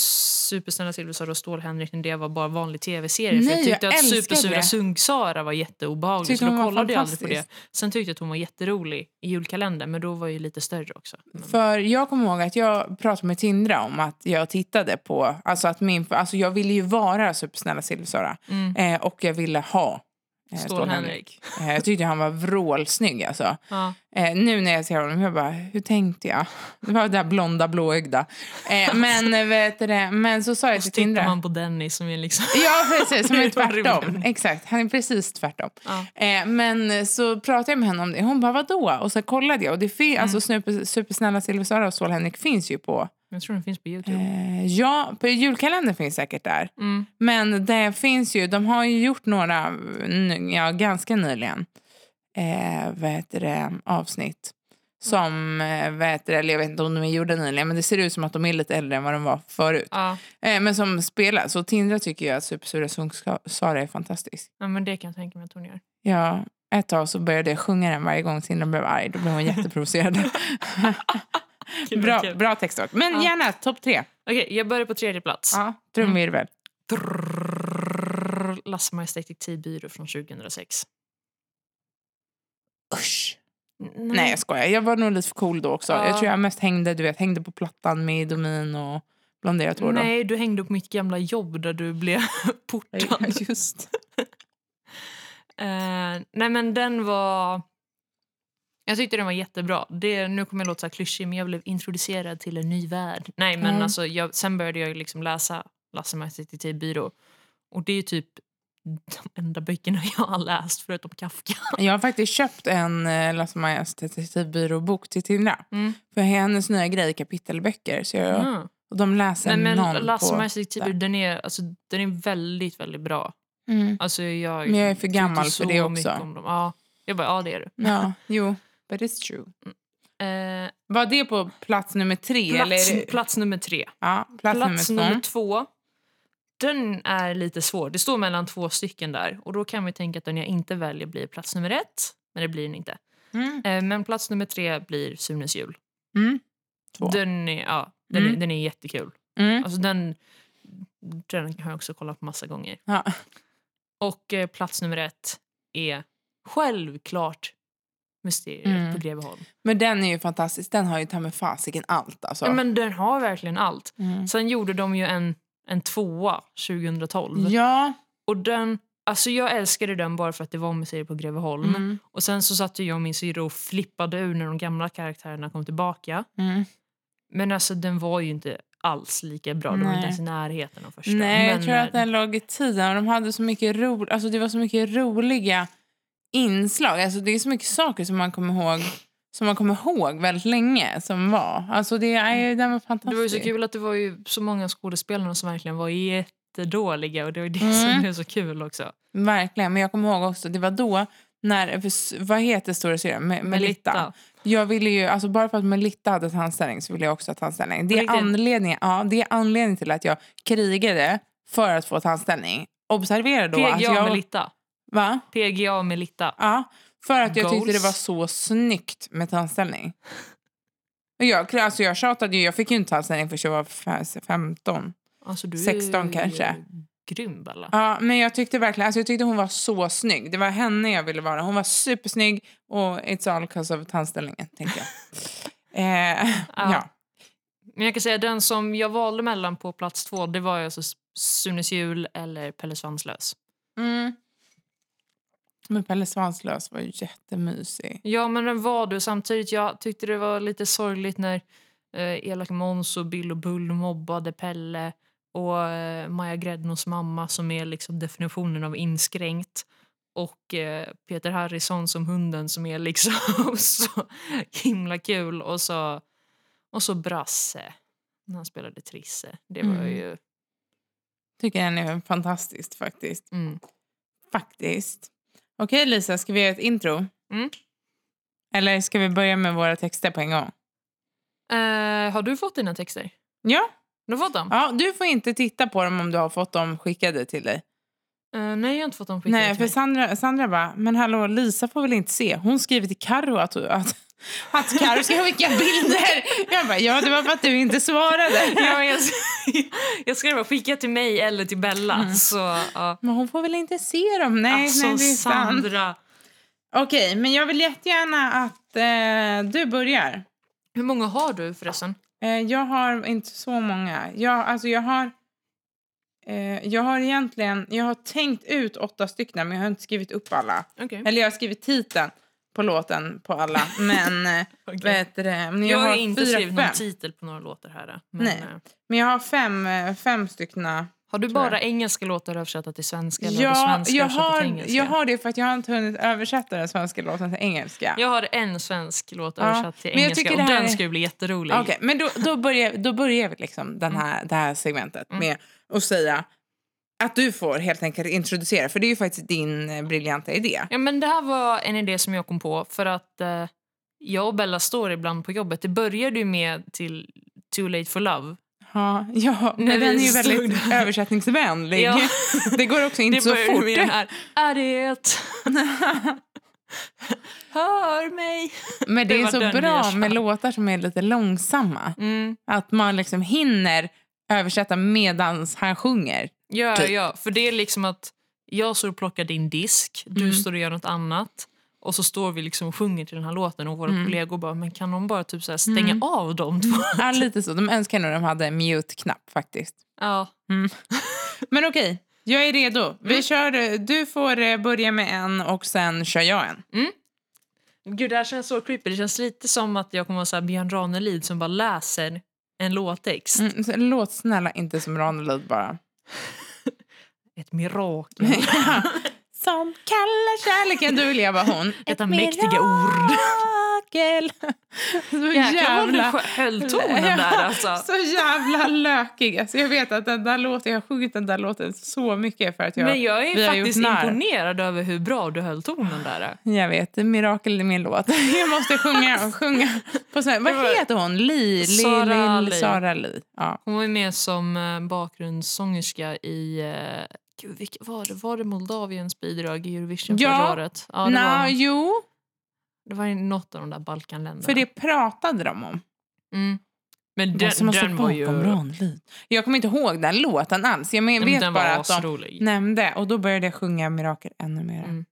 [SPEAKER 1] Supersnälla Silverstad och Stål-Henrik när det var bara vanlig tv-serie. För
[SPEAKER 2] Nej,
[SPEAKER 1] jag tyckte
[SPEAKER 2] jag
[SPEAKER 1] att
[SPEAKER 2] älskade
[SPEAKER 1] Supersura
[SPEAKER 2] det.
[SPEAKER 1] Sunk-Sara var jätteobehaglig.
[SPEAKER 2] Tyckte
[SPEAKER 1] så
[SPEAKER 2] hon
[SPEAKER 1] då
[SPEAKER 2] var
[SPEAKER 1] kollade jag aldrig på det.
[SPEAKER 2] fantastisk.
[SPEAKER 1] Sen tyckte jag att hon var jätterolig i julkalendern, men då var jag ju lite större också. Men,
[SPEAKER 2] För jag kommer ihåg att jag pratade med Tindra om att jag tittade på, alltså att min, alltså jag ville ju vara supersnälla Silversara
[SPEAKER 1] Mm.
[SPEAKER 2] eh, och jag ville ha eh, Stål-Henrik.
[SPEAKER 1] Stål-Henrik.
[SPEAKER 2] Eh, jag tyckte han var vrålsnygg alltså.
[SPEAKER 1] Ja.
[SPEAKER 2] Eh, nu när jag ser honom, jag bara, hur tänkte jag? Det var det där blonda blåögda. Eh, men, [laughs] eh, vet du det, men så sa jag
[SPEAKER 1] Och så
[SPEAKER 2] till
[SPEAKER 1] tittar
[SPEAKER 2] Tindra.
[SPEAKER 1] man på Dennis som är liksom...
[SPEAKER 2] Ja, precis. Som är
[SPEAKER 1] [laughs] Det var
[SPEAKER 2] tvärtom.
[SPEAKER 1] rymden.
[SPEAKER 2] Exakt, han är precis tvärtom.
[SPEAKER 1] Ja.
[SPEAKER 2] Eh, men så pratade jag med henne om det. Hon bara, vadå? Och så kollade jag. Och det fin- alltså, Snupe- Supersnälla Silversara och Stål-Henrik finns ju på...
[SPEAKER 1] Jag tror den finns på Youtube.
[SPEAKER 2] Eh, ja, på julkalendern finns säkert där.
[SPEAKER 1] Mm.
[SPEAKER 2] Men det finns ju, de har ju gjort några, n- ja ganska nyligen, eh, vad heter det, avsnitt. Som, eh, vad heter det, eller jag vet inte om de är gjorda nyligen, men det ser ut som att de är lite äldre än vad de var förut.
[SPEAKER 1] Ja.
[SPEAKER 2] Eh, men som spelas. Och Tindra tycker ju att Supersura Sara är fantastisk.
[SPEAKER 1] ja, men det kan jag tänka mig att hon gör.
[SPEAKER 2] Ja, ett tag så började jag sjunga den varje gång Tindra blev arg. Då
[SPEAKER 1] [laughs]
[SPEAKER 2] blev hon jätteprovocerad.
[SPEAKER 1] Kul,
[SPEAKER 2] [laughs] bra,
[SPEAKER 1] kul.
[SPEAKER 2] bra textord. Men
[SPEAKER 1] Ja.
[SPEAKER 2] gärna topp tre.
[SPEAKER 1] Okej, jag börjar på tredje plats.
[SPEAKER 2] Ja, trumvirvel.
[SPEAKER 1] Drrrr, Lasse Majs detektivbyrå från 2006. Mm.
[SPEAKER 2] Usch. Nej, jag skojar. Jag var nog lite för cool då också.
[SPEAKER 1] Ja.
[SPEAKER 2] Jag tror jag mest hängde, du vet, hängde på plattan med Domin och blonderat hår. då.
[SPEAKER 1] Nej, du hängde upp mitt gamla jobb där du blev portad. [laughs]
[SPEAKER 2] Just.
[SPEAKER 1] Eh, nej, men den var... Jag tyckte den var jättebra. Det, nu kommer jag låta så här klyschig, men jag blev introducerad till en ny värld. Nej, men
[SPEAKER 2] Mm.
[SPEAKER 1] alltså, jag, sen började jag liksom läsa Lasse Majs detektivbyrå. Och det är ju typ de enda böckerna jag har läst, förutom Kafka.
[SPEAKER 2] Jag har faktiskt köpt en eh, Lasse Majas detektivbyråbok till Tindra. För hennes nya grej är kapitelböcker. Så jag,
[SPEAKER 1] Mm.
[SPEAKER 2] och de läser
[SPEAKER 1] Nej,
[SPEAKER 2] någon
[SPEAKER 1] men
[SPEAKER 2] på...
[SPEAKER 1] Lasse Majs detektivbyrå, den är, alltså, den är väldigt, väldigt bra.
[SPEAKER 2] Mm.
[SPEAKER 1] Alltså, jag,
[SPEAKER 2] Men jag är för
[SPEAKER 1] tyckte
[SPEAKER 2] gammal för
[SPEAKER 1] så
[SPEAKER 2] det också. Mm.
[SPEAKER 1] mycket om dem. Ja, jag bara, ja det är du.
[SPEAKER 2] Ja,
[SPEAKER 1] [laughs]
[SPEAKER 2] jo. But it's true.
[SPEAKER 1] Eh,
[SPEAKER 2] Var det på plats nummer tre? eller
[SPEAKER 1] plats,
[SPEAKER 2] är det...
[SPEAKER 1] plats nummer tre.
[SPEAKER 2] ja, plats,
[SPEAKER 1] Plats
[SPEAKER 2] nummer två.
[SPEAKER 1] nummer två. Den är lite svår. Det står mellan två stycken där. Och då kan vi tänka att den jag inte väljer blir plats nummer ett. Men det blir den inte.
[SPEAKER 2] Mm.
[SPEAKER 1] Eh, men plats nummer tre blir Sunes jul.
[SPEAKER 2] Mm. Två.
[SPEAKER 1] Den är, ja, den,
[SPEAKER 2] Mm.
[SPEAKER 1] är, den är jättekul.
[SPEAKER 2] Mm.
[SPEAKER 1] Alltså den, den har jag också kollat på massa gånger.
[SPEAKER 2] Ja.
[SPEAKER 1] Och eh, plats nummer ett är självklart Mysteriet
[SPEAKER 2] Mm.
[SPEAKER 1] på Greveholm.
[SPEAKER 2] Men den är ju fantastisk. Den har ju ta med fasiken allt alltså.
[SPEAKER 1] Ja, men den har verkligen allt.
[SPEAKER 2] Mm.
[SPEAKER 1] Sen gjorde de ju en, en tvåa 2012.
[SPEAKER 2] Ja.
[SPEAKER 1] Och den, alltså jag älskade den bara för att det var museet på Greveholm.
[SPEAKER 2] Mm.
[SPEAKER 1] Och sen så satt ju jag och min syrra och flippade ur när de gamla karaktärerna kom tillbaka.
[SPEAKER 2] Mm.
[SPEAKER 1] Men alltså den var ju inte alls lika bra. De var
[SPEAKER 2] Nej.
[SPEAKER 1] inte ens i närheten av första.
[SPEAKER 2] Nej,
[SPEAKER 1] men, eh,
[SPEAKER 2] jag tror att den låg i tiden. Och de hade så mycket ro... alltså, det var så mycket roliga inslag. Alltså, det är så mycket saker som man kommer ihåg som man kommer ihåg väldigt länge som var. Alltså det är ju, den var
[SPEAKER 1] Det
[SPEAKER 2] fantastisk.
[SPEAKER 1] var ju så kul att det var ju så många av skådespelarna som verkligen var jättedåliga och det var ju det
[SPEAKER 2] Mm.
[SPEAKER 1] som blev så kul också.
[SPEAKER 2] Verkligen, men jag kommer ihåg också, det var då när, för, s- vad heter stora syrran? Me- Melitta.
[SPEAKER 1] Melitta.
[SPEAKER 2] Jag ville ju, alltså bara för att Melitta hade tandställning så ville jag också ha tandställning. Det är,
[SPEAKER 1] Riktigt?
[SPEAKER 2] anledningen, ja, det är anledningen till att jag krigade för att få tandställning. Observera då att
[SPEAKER 1] PGA
[SPEAKER 2] jag...
[SPEAKER 1] Melitta.
[SPEAKER 2] Va?
[SPEAKER 1] PGA Melitta.
[SPEAKER 2] Ja, för att jag tyckte det
[SPEAKER 1] Goals.
[SPEAKER 2] var så snyggt med tandställning. Och jag, alltså jag tjatade ju, jag fick ju inte tandställning förrän jag var f- 15.
[SPEAKER 1] Alltså, du är
[SPEAKER 2] 16
[SPEAKER 1] ju
[SPEAKER 2] kanske.
[SPEAKER 1] Grym Bella.
[SPEAKER 2] Ja, men jag tyckte verkligen, alltså jag tyckte hon var så snygg. Det var henne jag ville vara. Hon var supersnygg och it's all cause of tandställningen, tänker jag.
[SPEAKER 1] [laughs]
[SPEAKER 2] eh,
[SPEAKER 1] Ja.
[SPEAKER 2] ja.
[SPEAKER 1] Men jag kan säga den som jag valde mellan på plats två det var ju alltså Sunes jul eller Pelle Svanslös.
[SPEAKER 2] Mm. Men Pelle Svanslös var ju jättemysig.
[SPEAKER 1] Ja, men den var du. Samtidigt jag tyckte det var lite sorgligt när eh, Elak Måns och Bill och Bull mobbade Pelle och eh, Maja Gräddnos mamma som är liksom definitionen av inskränkt och eh, Peter Harrison som hunden som är liksom [laughs] så himla kul och så, och så Brasse när han spelade Trisse. Det var
[SPEAKER 2] Mm.
[SPEAKER 1] ju...
[SPEAKER 2] Tycker den är fantastisk faktiskt.
[SPEAKER 1] Mm.
[SPEAKER 2] Faktiskt. Okej Lisa, ska vi göra ett intro?
[SPEAKER 1] Mm.
[SPEAKER 2] Eller ska vi börja med våra texter på en gång?
[SPEAKER 1] Eh, har du fått dina texter?
[SPEAKER 2] Ja.
[SPEAKER 1] Du har fått dem?
[SPEAKER 2] ja, du får inte titta på dem om du har fått dem skickade till dig.
[SPEAKER 1] Eh, nej, jag har inte fått dem skickade
[SPEAKER 2] Nej,
[SPEAKER 1] till
[SPEAKER 2] för
[SPEAKER 1] mig.
[SPEAKER 2] Sandra, Sandra bara, men hallå Lisa får väl inte se. Hon skriver till Karo att, att, Att Carro
[SPEAKER 1] [laughs]
[SPEAKER 2] ska skicka bilder. Jag bara, ja det var för att du inte svarade.
[SPEAKER 1] [laughs] Ja, jag, [laughs] jag skrev bara skicka till mig eller till Bella. Så, ja.
[SPEAKER 2] Men hon får väl inte se dem? Mm. Nej, nej
[SPEAKER 1] alltså
[SPEAKER 2] det är sant.
[SPEAKER 1] Sandra.
[SPEAKER 2] Okej, men jag vill jättegärna att eh, du börjar.
[SPEAKER 1] Hur många har du förresten?
[SPEAKER 2] Eh, jag har inte så många. Jag, alltså, jag har... Eh, jag har egentligen... Jag har tänkt ut åtta stycken, men jag har inte skrivit upp alla.
[SPEAKER 1] Okej.
[SPEAKER 2] Eller jag har skrivit titeln på låten på alla,
[SPEAKER 1] [laughs]
[SPEAKER 2] men... Eh, vad heter det? Men
[SPEAKER 1] Jag,
[SPEAKER 2] jag,
[SPEAKER 1] har
[SPEAKER 2] har
[SPEAKER 1] inte
[SPEAKER 2] fyra,
[SPEAKER 1] skrivit
[SPEAKER 2] fem.
[SPEAKER 1] någon titel på några låtar här. Men,
[SPEAKER 2] Nej.
[SPEAKER 1] eh,
[SPEAKER 2] Men jag har fem, eh, fem stycken.
[SPEAKER 1] Har du
[SPEAKER 2] Tror jag.
[SPEAKER 1] bara engelska låtar översatta till svenska? Eller har du
[SPEAKER 2] Ja,
[SPEAKER 1] svenska
[SPEAKER 2] jag
[SPEAKER 1] översatta
[SPEAKER 2] har,
[SPEAKER 1] till engelska?
[SPEAKER 2] jag har det för att jag har inte hunnit översätta den svenska låten till engelska.
[SPEAKER 1] Jag har en svensk låt
[SPEAKER 2] Ja,
[SPEAKER 1] översatt till
[SPEAKER 2] men jag
[SPEAKER 1] engelska
[SPEAKER 2] tycker
[SPEAKER 1] och
[SPEAKER 2] det här
[SPEAKER 1] den
[SPEAKER 2] är-
[SPEAKER 1] ska ju bli jätterolig.
[SPEAKER 2] Okej, men då, då, börjar, då börjar vi liksom den här, det här segmentet med att säga att du får helt enkelt introducera, för det är ju faktiskt din eh, briljanta idé.
[SPEAKER 1] Ja, men det här var en idé som jag kom på för att eh, jag och Bella står ibland på jobbet. Det började ju med till Too late for love.
[SPEAKER 2] Ja, ja men
[SPEAKER 1] När
[SPEAKER 2] den
[SPEAKER 1] vi
[SPEAKER 2] är ju
[SPEAKER 1] stod
[SPEAKER 2] väldigt
[SPEAKER 1] där.
[SPEAKER 2] översättningsvänlig.
[SPEAKER 1] Ja.
[SPEAKER 2] Det går också inte
[SPEAKER 1] Det
[SPEAKER 2] så
[SPEAKER 1] började
[SPEAKER 2] fort.
[SPEAKER 1] med den här. Är det?
[SPEAKER 2] [laughs]
[SPEAKER 1] Hör mig.
[SPEAKER 2] Men det,
[SPEAKER 1] Det
[SPEAKER 2] är
[SPEAKER 1] var den
[SPEAKER 2] så
[SPEAKER 1] vi
[SPEAKER 2] bra
[SPEAKER 1] gör
[SPEAKER 2] med
[SPEAKER 1] så.
[SPEAKER 2] låtar som är lite långsamma.
[SPEAKER 1] Mm,
[SPEAKER 2] Att man liksom hinner översätta medans han sjunger.
[SPEAKER 1] ja,
[SPEAKER 2] Typ.
[SPEAKER 1] ja, för det är liksom att jag står och plockar din disk, du
[SPEAKER 2] Mm.
[SPEAKER 1] står och gör något annat. Och så står vi liksom och sjunger till den här låten och våra
[SPEAKER 2] Mm.
[SPEAKER 1] kollegor bara, men kan de bara typ så här stänga av dem två?
[SPEAKER 2] Ja, lite så. De önskar nog de hade en mute-knapp faktiskt.
[SPEAKER 1] Ja.
[SPEAKER 2] Men okej, jag är redo. Vi
[SPEAKER 1] Mm.
[SPEAKER 2] kör, eh, du får eh, börja med en och sen kör jag en.
[SPEAKER 1] Gud, det här känns så creepy. Det känns lite som att jag kommer vara så här Björn Ranelid som bara läser en låttext.
[SPEAKER 2] Mm, så låt snälla inte som Ranelid bara.
[SPEAKER 1] Ett
[SPEAKER 2] [laughs]
[SPEAKER 1] mirakel.
[SPEAKER 2] Som kallar kärleken du vill jag vara
[SPEAKER 1] [laughs]
[SPEAKER 2] hon.
[SPEAKER 1] Detta
[SPEAKER 2] Ett
[SPEAKER 1] mäktiga ord.
[SPEAKER 2] mirakel. [laughs]
[SPEAKER 1] [laughs]
[SPEAKER 2] Så
[SPEAKER 1] Jäklar vad du
[SPEAKER 2] jävla...
[SPEAKER 1] skö-
[SPEAKER 2] [laughs]
[SPEAKER 1] höll tonen där alltså.
[SPEAKER 2] Så jävla lökig. Alltså jag vet att den där låten, jag har sjungit den där låten så mycket för att jag...
[SPEAKER 1] Men jag är
[SPEAKER 2] vi har
[SPEAKER 1] faktiskt
[SPEAKER 2] gjort narr.
[SPEAKER 1] imponerad över hur bra du höll tonen där.
[SPEAKER 2] Jag vet, mirakel är min låt. [laughs] Jag måste sjunga, sjunga
[SPEAKER 1] [laughs]
[SPEAKER 2] på sån här,
[SPEAKER 1] Det var-
[SPEAKER 2] Vad heter hon? Li, li,
[SPEAKER 1] Sara
[SPEAKER 2] Sara li,
[SPEAKER 1] Li.
[SPEAKER 2] Sara Li. Ja.
[SPEAKER 1] Hon var ju med som eh, bakgrundssångerska i... Eh, gud, vilka var det? Var det Moldaviens bidrag i Eurovision
[SPEAKER 2] Ja.
[SPEAKER 1] förra året? Ja, det,
[SPEAKER 2] Nå,
[SPEAKER 1] var, hon.
[SPEAKER 2] jo,
[SPEAKER 1] det var ju något av de där Balkanländerna.
[SPEAKER 2] för det pratade de om. Alltså,
[SPEAKER 1] mm. Men
[SPEAKER 2] Vad som
[SPEAKER 1] den,
[SPEAKER 2] har
[SPEAKER 1] den
[SPEAKER 2] stått
[SPEAKER 1] var ju...
[SPEAKER 2] bakom Ranelid. Jag kommer inte ihåg den låten alls. Jag men,
[SPEAKER 1] Nej, men
[SPEAKER 2] vet
[SPEAKER 1] den var
[SPEAKER 2] bara att de
[SPEAKER 1] asrolig.
[SPEAKER 2] nämnde och då började jag sjunga Mirakel ännu mer.
[SPEAKER 1] Mm.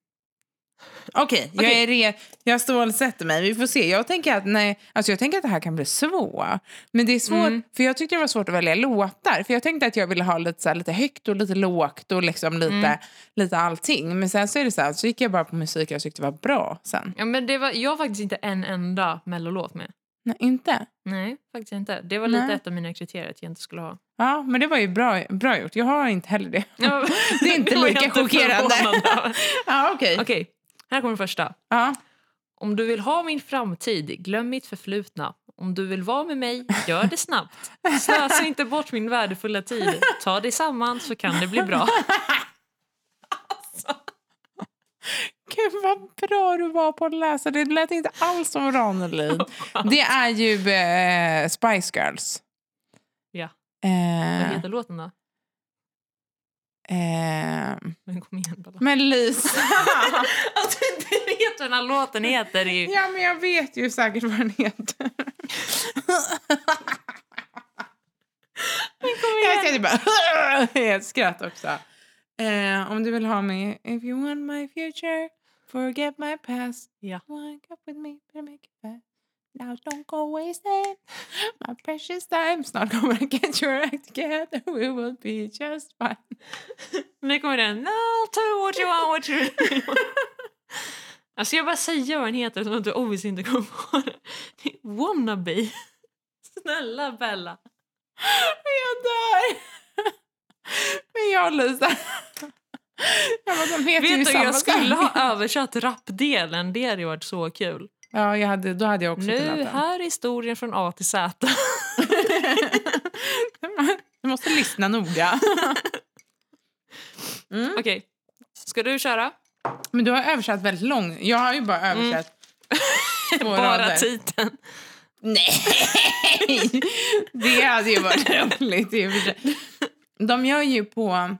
[SPEAKER 2] Okej, jag
[SPEAKER 1] Okej.
[SPEAKER 2] är re... Jag stålsätter mig. Vi får se. Jag tänker att, nej, alltså jag tänker att det här kan bli svårt. Men det är svårt,
[SPEAKER 1] Mm.
[SPEAKER 2] för jag tyckte det var svårt att välja låtar. För jag tänkte att jag ville ha lite, så här, lite högt och lite lågt och liksom lite,
[SPEAKER 1] Mm.
[SPEAKER 2] lite allting. Men sen så är det så här, så gick jag bara på musik jag tyckte var bra sen.
[SPEAKER 1] Ja, men det var, jag har faktiskt inte en enda mellolåt med.
[SPEAKER 2] Nej, inte?
[SPEAKER 1] Nej, faktiskt inte. Det var lite
[SPEAKER 2] Nej.
[SPEAKER 1] ett av mina kriterier att jag inte skulle
[SPEAKER 2] [laughs]
[SPEAKER 1] ha. [laughs]
[SPEAKER 2] Ja, men det var ju bra, bra gjort. Jag har inte heller det. Det är inte
[SPEAKER 1] var jag
[SPEAKER 2] lika chockerande.
[SPEAKER 1] förvånad över.
[SPEAKER 2] Ja, okej.
[SPEAKER 1] Okej, här kommer den första.
[SPEAKER 2] [laughs] Ja.
[SPEAKER 1] Om du vill ha min framtid, glöm mitt förflutna. Om du vill vara med mig, gör det snabbt. Slösa inte bort min värdefulla tid. Ta dig samman så kan det bli bra.
[SPEAKER 2] Gud vad bra du var på att läsa. Det lät inte alls som [laughs] Ranelid. Det är ju eh, Spice Girls.
[SPEAKER 1] Ja. Vad
[SPEAKER 2] Eh,
[SPEAKER 1] heter låten då?
[SPEAKER 2] eh,
[SPEAKER 1] Men kom igen
[SPEAKER 2] [laughs]
[SPEAKER 1] Bella.
[SPEAKER 2] men Lisa.
[SPEAKER 1] Att du inte vet vad den här låten heter är ju...
[SPEAKER 2] ja men jag vet ju säkert vad den heter. jag
[SPEAKER 1] Eh.
[SPEAKER 2] ska typ bara [laughs] ett skratt också. Eh, om du vill ha mig, if you want my future, forget my past.
[SPEAKER 1] Ja.
[SPEAKER 2] Walk up with me, but make it fast. Now don't go wasting my precious time. Snart kommer I get your act together. We will be just fine.
[SPEAKER 1] Nu kommer den. No, tell what you want, what you really want. [laughs] Alltså jag bara säger vad den heter som att du obviously inte kommer på det. det är wannabe. Snälla Bella.
[SPEAKER 2] Jag dör! [laughs] Men jag och Lisa... [laughs] Jag bara, de heter ju
[SPEAKER 1] Vet du,
[SPEAKER 2] samma
[SPEAKER 1] jag skulle
[SPEAKER 2] sak.
[SPEAKER 1] ha översatt rappdelen. Det hade ju varit så kul.
[SPEAKER 2] Ja, jag hade, då hade jag också kunnat
[SPEAKER 1] Nu,
[SPEAKER 2] den. [laughs]
[SPEAKER 1] här är historien från A till Z. [laughs]
[SPEAKER 2] Du måste lyssna noga. Mm.
[SPEAKER 1] Okej, ska du köra?
[SPEAKER 2] Men du har översatt väldigt långt. Jag har ju bara översatt två
[SPEAKER 1] Bara
[SPEAKER 2] rader.
[SPEAKER 1] titeln.
[SPEAKER 2] Nej! [laughs] Det hade ju varit roligt i och för sig. De gör ju på...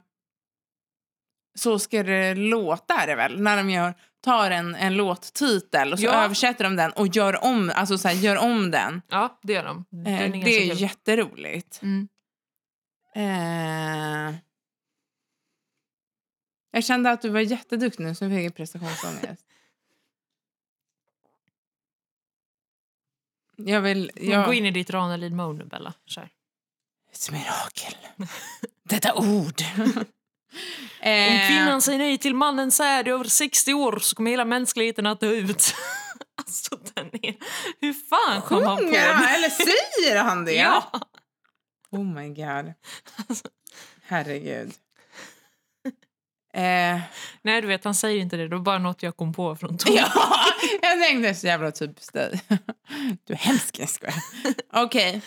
[SPEAKER 2] Så ska det låta är det väl? När de gör tar en, en låttitel och så
[SPEAKER 1] Ja.
[SPEAKER 2] översätter de den och gör om, alltså så här, gör om den.
[SPEAKER 1] Ja, det gör de. Den
[SPEAKER 2] Eh,
[SPEAKER 1] ganska
[SPEAKER 2] det är
[SPEAKER 1] kul.
[SPEAKER 2] jätteroligt.
[SPEAKER 1] Mm.
[SPEAKER 2] Eh, jag kände att du var jätteduktig nu, så nu fick jag prestationsångest. Jag vill...
[SPEAKER 1] Men Mm. Gå
[SPEAKER 2] Jag,
[SPEAKER 1] in i ditt Ranelid-mode nu, Bella. Kör.
[SPEAKER 2] ett mirakel. Detta ord.
[SPEAKER 1] Om
[SPEAKER 2] [laughs] Eh,
[SPEAKER 1] kvinnan säger nej till mannen så är det över 60 år så kommer hela mänskligheten att dö ut. [laughs] alltså den är... Hur fan kom han på
[SPEAKER 2] Sjunga, [laughs]
[SPEAKER 1] den?
[SPEAKER 2] eller säger han det?
[SPEAKER 1] [laughs] Ja. Alltså.
[SPEAKER 2] Oh my god. Herregud. Eh,
[SPEAKER 1] Nej, du vet, han säger inte det. Det var bara något jag kom på från Tor. [laughs]
[SPEAKER 2] [laughs] ja, jag tänkte så jävla typiskt dig. [laughs] Du är hemsk, jag skojar. [laughs] Okej.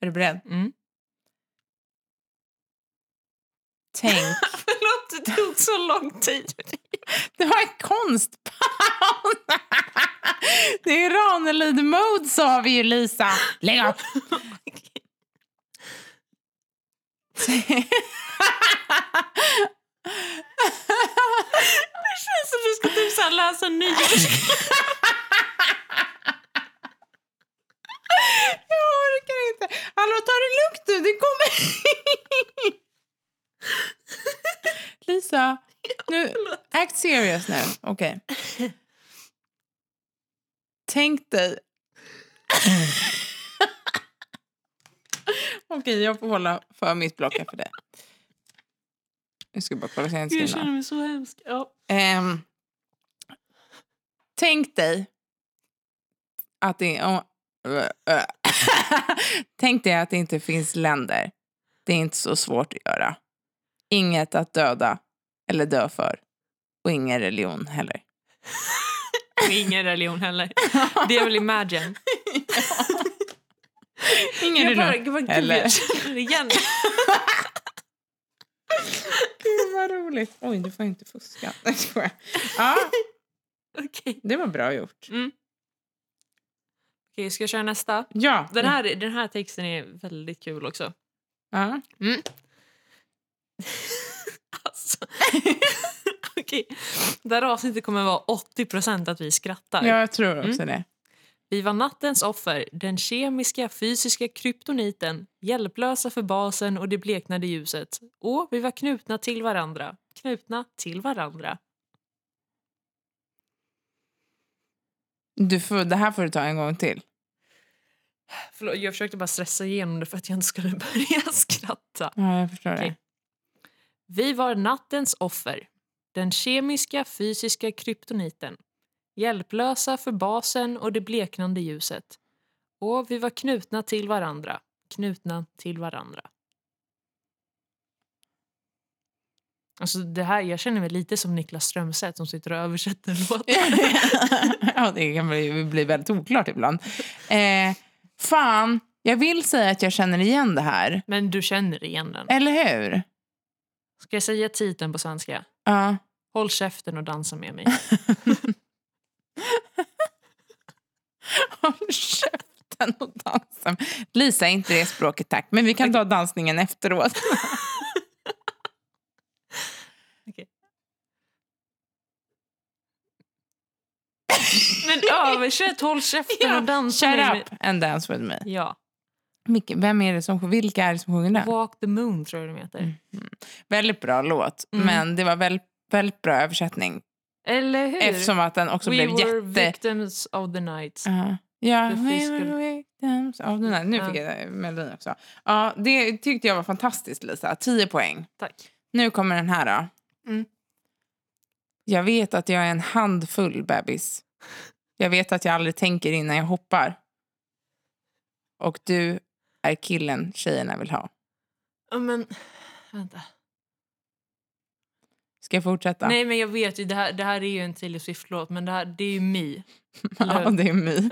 [SPEAKER 2] Är du beredd?
[SPEAKER 1] Mm.
[SPEAKER 2] Tänk. [laughs]
[SPEAKER 1] Förlåt, det tog så lång tid. Alltså,
[SPEAKER 2] Det var en konstpaus. [laughs] Det är Ranelid-mode sa vi ju, Lisa. Lägg [laughs] av. [laughs]
[SPEAKER 1] Det känns som du ska typ så här läsa en
[SPEAKER 2] [laughs]
[SPEAKER 1] nyårs...
[SPEAKER 2] [laughs] Jag orkar inte. Hallå, ta det lugnt nu. Det kommer... [laughs] Lisa, nu, act serious nu. Okej. Tänk dig... [laughs] Okej, jag får hålla för mitt block här för det. Nu ska jag bara kolla så jag inte
[SPEAKER 1] Jag
[SPEAKER 2] skriver
[SPEAKER 1] känner mig så hemsk. Ja.
[SPEAKER 2] Ehm, tänk dig att det... om- [laughs] tänk dig att det inte finns länder. Det är inte så svårt att göra. Inget att döda eller dö för. Och ingen
[SPEAKER 1] [laughs]
[SPEAKER 2] religion heller.
[SPEAKER 1] Och ingen religion heller. Det är väl
[SPEAKER 2] [laughs]
[SPEAKER 1] Imagine.
[SPEAKER 2] Ingen
[SPEAKER 1] Jag bara, gud, vad gud,
[SPEAKER 2] Eller-
[SPEAKER 1] jag känner det igen. [laughs]
[SPEAKER 2] Gud, vad roligt. Oj, du får inte fuska. [laughs] Nej, jag skojar. Ja,
[SPEAKER 1] Okej,
[SPEAKER 2] det var bra gjort.
[SPEAKER 1] Okej, ska jag köra nästa?
[SPEAKER 2] Ja.
[SPEAKER 1] Den här, den här texten är väldigt kul också.
[SPEAKER 2] Ja.
[SPEAKER 1] Alltså. [laughs] Okej. Det här avsnittet kommer vara 80 att vi skrattar.
[SPEAKER 2] ja, jag tror
[SPEAKER 1] Mm.
[SPEAKER 2] också det.
[SPEAKER 1] Vi var nattens offer, den kemiska, fysiska kryptoniten hjälplösa för basen och det bleknade ljuset. Och vi var knutna till varandra. Knutna till varandra.
[SPEAKER 2] Du får, det här får du ta en gång till.
[SPEAKER 1] Förlåt, jag försökte bara stressa igenom det för att jag inte skulle [laughs] börja skratta.
[SPEAKER 2] Ja, jag förstår
[SPEAKER 1] Okej. Vi var nattens offer, den kemiska, fysiska kryptoniten. Hjälplösa för basen och det bleknande ljuset. Och vi var knutna till varandra. Knutna till varandra. Alltså det här, jag känner mig lite som Niklas Strömstedt som sitter och översätter [laughs] låtar.
[SPEAKER 2] [laughs] ja, det kan bli, bli väldigt oklart ibland. Eh, fan, jag vill säga att jag känner igen det här.
[SPEAKER 1] Men du känner igen den.
[SPEAKER 2] Eller hur?
[SPEAKER 1] Ska jag säga titeln på svenska?
[SPEAKER 2] Ja. [laughs]
[SPEAKER 1] Håll käften och dansa med mig.
[SPEAKER 2] Håll käften och dansa. Lisa, inte det språket tack. Men vi kan ta
[SPEAKER 1] [laughs]
[SPEAKER 2] dansningen efteråt.
[SPEAKER 1] Men översätt Håll käften och dansa
[SPEAKER 2] Shut
[SPEAKER 1] med mig.
[SPEAKER 2] up and dance with me.
[SPEAKER 1] Ja.
[SPEAKER 2] Micke, vem är det som, vilka är det som sjunger den?
[SPEAKER 1] Walk the moon tror jag de heter.
[SPEAKER 2] Väldigt bra låt,
[SPEAKER 1] Mm.
[SPEAKER 2] men det var väldigt, väldigt bra översättning.
[SPEAKER 1] Eller hur?
[SPEAKER 2] Eftersom att den också
[SPEAKER 1] We
[SPEAKER 2] blev
[SPEAKER 1] were
[SPEAKER 2] jätte... Mm.
[SPEAKER 1] victims of the night.
[SPEAKER 2] Ja, ja.
[SPEAKER 1] The
[SPEAKER 2] we
[SPEAKER 1] Fiscal-
[SPEAKER 2] were victims of the night. Nu fick jag melodin också. Ja, det tyckte jag var fantastiskt, Lisa. 10 poäng.
[SPEAKER 1] Tack.
[SPEAKER 2] Nu kommer den här då.
[SPEAKER 1] Mm.
[SPEAKER 2] Jag vet att jag är en handfull bebis. Jag vet att jag aldrig tänker innan jag hoppar. Och du är killen tjejerna vill ha.
[SPEAKER 1] Ja, men... Vänta.
[SPEAKER 2] Ska jag fortsätta?
[SPEAKER 1] Nej, men jag vet ju. Det här, det här är ju en Taylor Swift-låt, men det, här, det är ju [laughs] Me.
[SPEAKER 2] [laughs] ja, det
[SPEAKER 1] [laughs]
[SPEAKER 2] är My.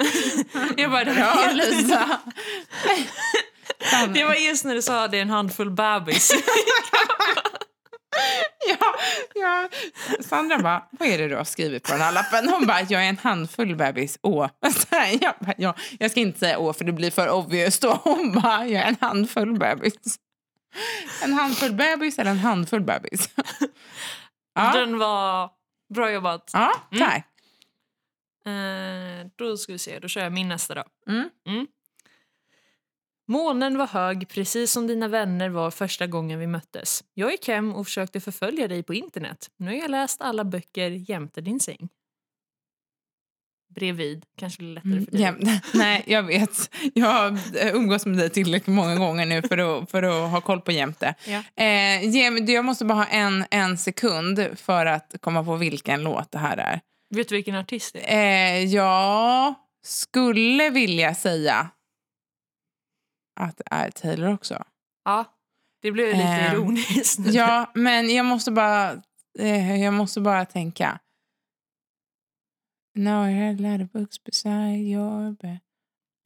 [SPEAKER 1] jag bara, det,
[SPEAKER 2] Bra,
[SPEAKER 1] här
[SPEAKER 2] Lisa.
[SPEAKER 1] det var just när du sa det är en handfull bebis.
[SPEAKER 2] [laughs] Ja, ja. Sandra bara, vad är det du har skrivit på den här lappen? Hon bara, jag är en handfull bebis, åh. [laughs] Så här, Jag, bara, ja, jag ska inte säga åh för det blir för obvious då. [laughs] Hon bara, jag är en handfull bebis. En handfull bebis eller en handfull bebis? Ja,
[SPEAKER 1] Den var Bra jobbat.
[SPEAKER 2] [laughs] Ja,
[SPEAKER 1] Mm.
[SPEAKER 2] tack.
[SPEAKER 1] Eh, då ska vi se, då kör jag min nästa då.
[SPEAKER 2] Mm.
[SPEAKER 1] Månen var hög precis som dina vänner var första gången vi möttes. Jag gick hem och försökte förfölja dig på internet. Nu har jag läst alla böcker jämte din säng. Bredvid, kanske blir lättare för dig.
[SPEAKER 2] Mm, Jäm- Nej, jag vet. Jag har eh, umgås med dig tillräckligt många gånger nu för att, för att ha koll på jämte.
[SPEAKER 1] Ja.
[SPEAKER 2] Eh, ge mig- du, jag måste bara ha en, en sekund för att komma på vilken låt det här är.
[SPEAKER 1] Vet du vilken artist det är?
[SPEAKER 2] Eh, jag skulle vilja säga att det är
[SPEAKER 1] [laughs]
[SPEAKER 2] Taylor också.
[SPEAKER 1] Ja, det blev lite
[SPEAKER 2] Ehm,
[SPEAKER 1] ironiskt. nu.
[SPEAKER 2] Ja, men jag måste bara, eh, jag måste bara tänka. Now I have a lot of books beside your bed.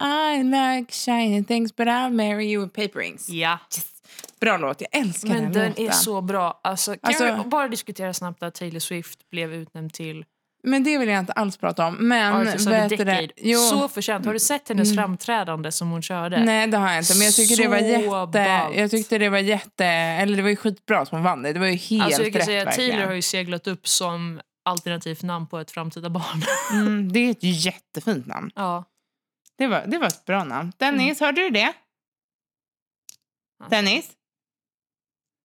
[SPEAKER 2] I like shiny things but I'll marry you with paper rings.
[SPEAKER 1] Ja.
[SPEAKER 2] Bra låt, jag älskar
[SPEAKER 1] Men den
[SPEAKER 2] låten.
[SPEAKER 1] är så bra. Alltså, kan
[SPEAKER 2] Alltså-
[SPEAKER 1] vi bara diskutera snabbt att Taylor Swift blev utnämnd till
[SPEAKER 2] Men det vill jag inte alls prata om. Men
[SPEAKER 1] Artist of the
[SPEAKER 2] vet du
[SPEAKER 1] Decade.
[SPEAKER 2] det? Jo, Mm.
[SPEAKER 1] Så förtjänt. Har du sett hennes framträdande som hon körde?
[SPEAKER 2] nej det har jag inte. Men jag tycker det var
[SPEAKER 1] Så
[SPEAKER 2] jätte...
[SPEAKER 1] ballt.
[SPEAKER 2] Jag tyckte det var jätte... Eller det var ju skitbra att hon vann det. Det var ju helt
[SPEAKER 1] Alltså jag kan
[SPEAKER 2] rätt
[SPEAKER 1] säga att
[SPEAKER 2] verkligen.
[SPEAKER 1] Taylor har ju seglat upp som alternativt namn på ett framtida barn.
[SPEAKER 2] mm, det är ett jättefint namn.
[SPEAKER 1] ja.
[SPEAKER 2] Det var, det var ett bra namn. Dennis,
[SPEAKER 1] Mm.
[SPEAKER 2] hörde du det? Dennis?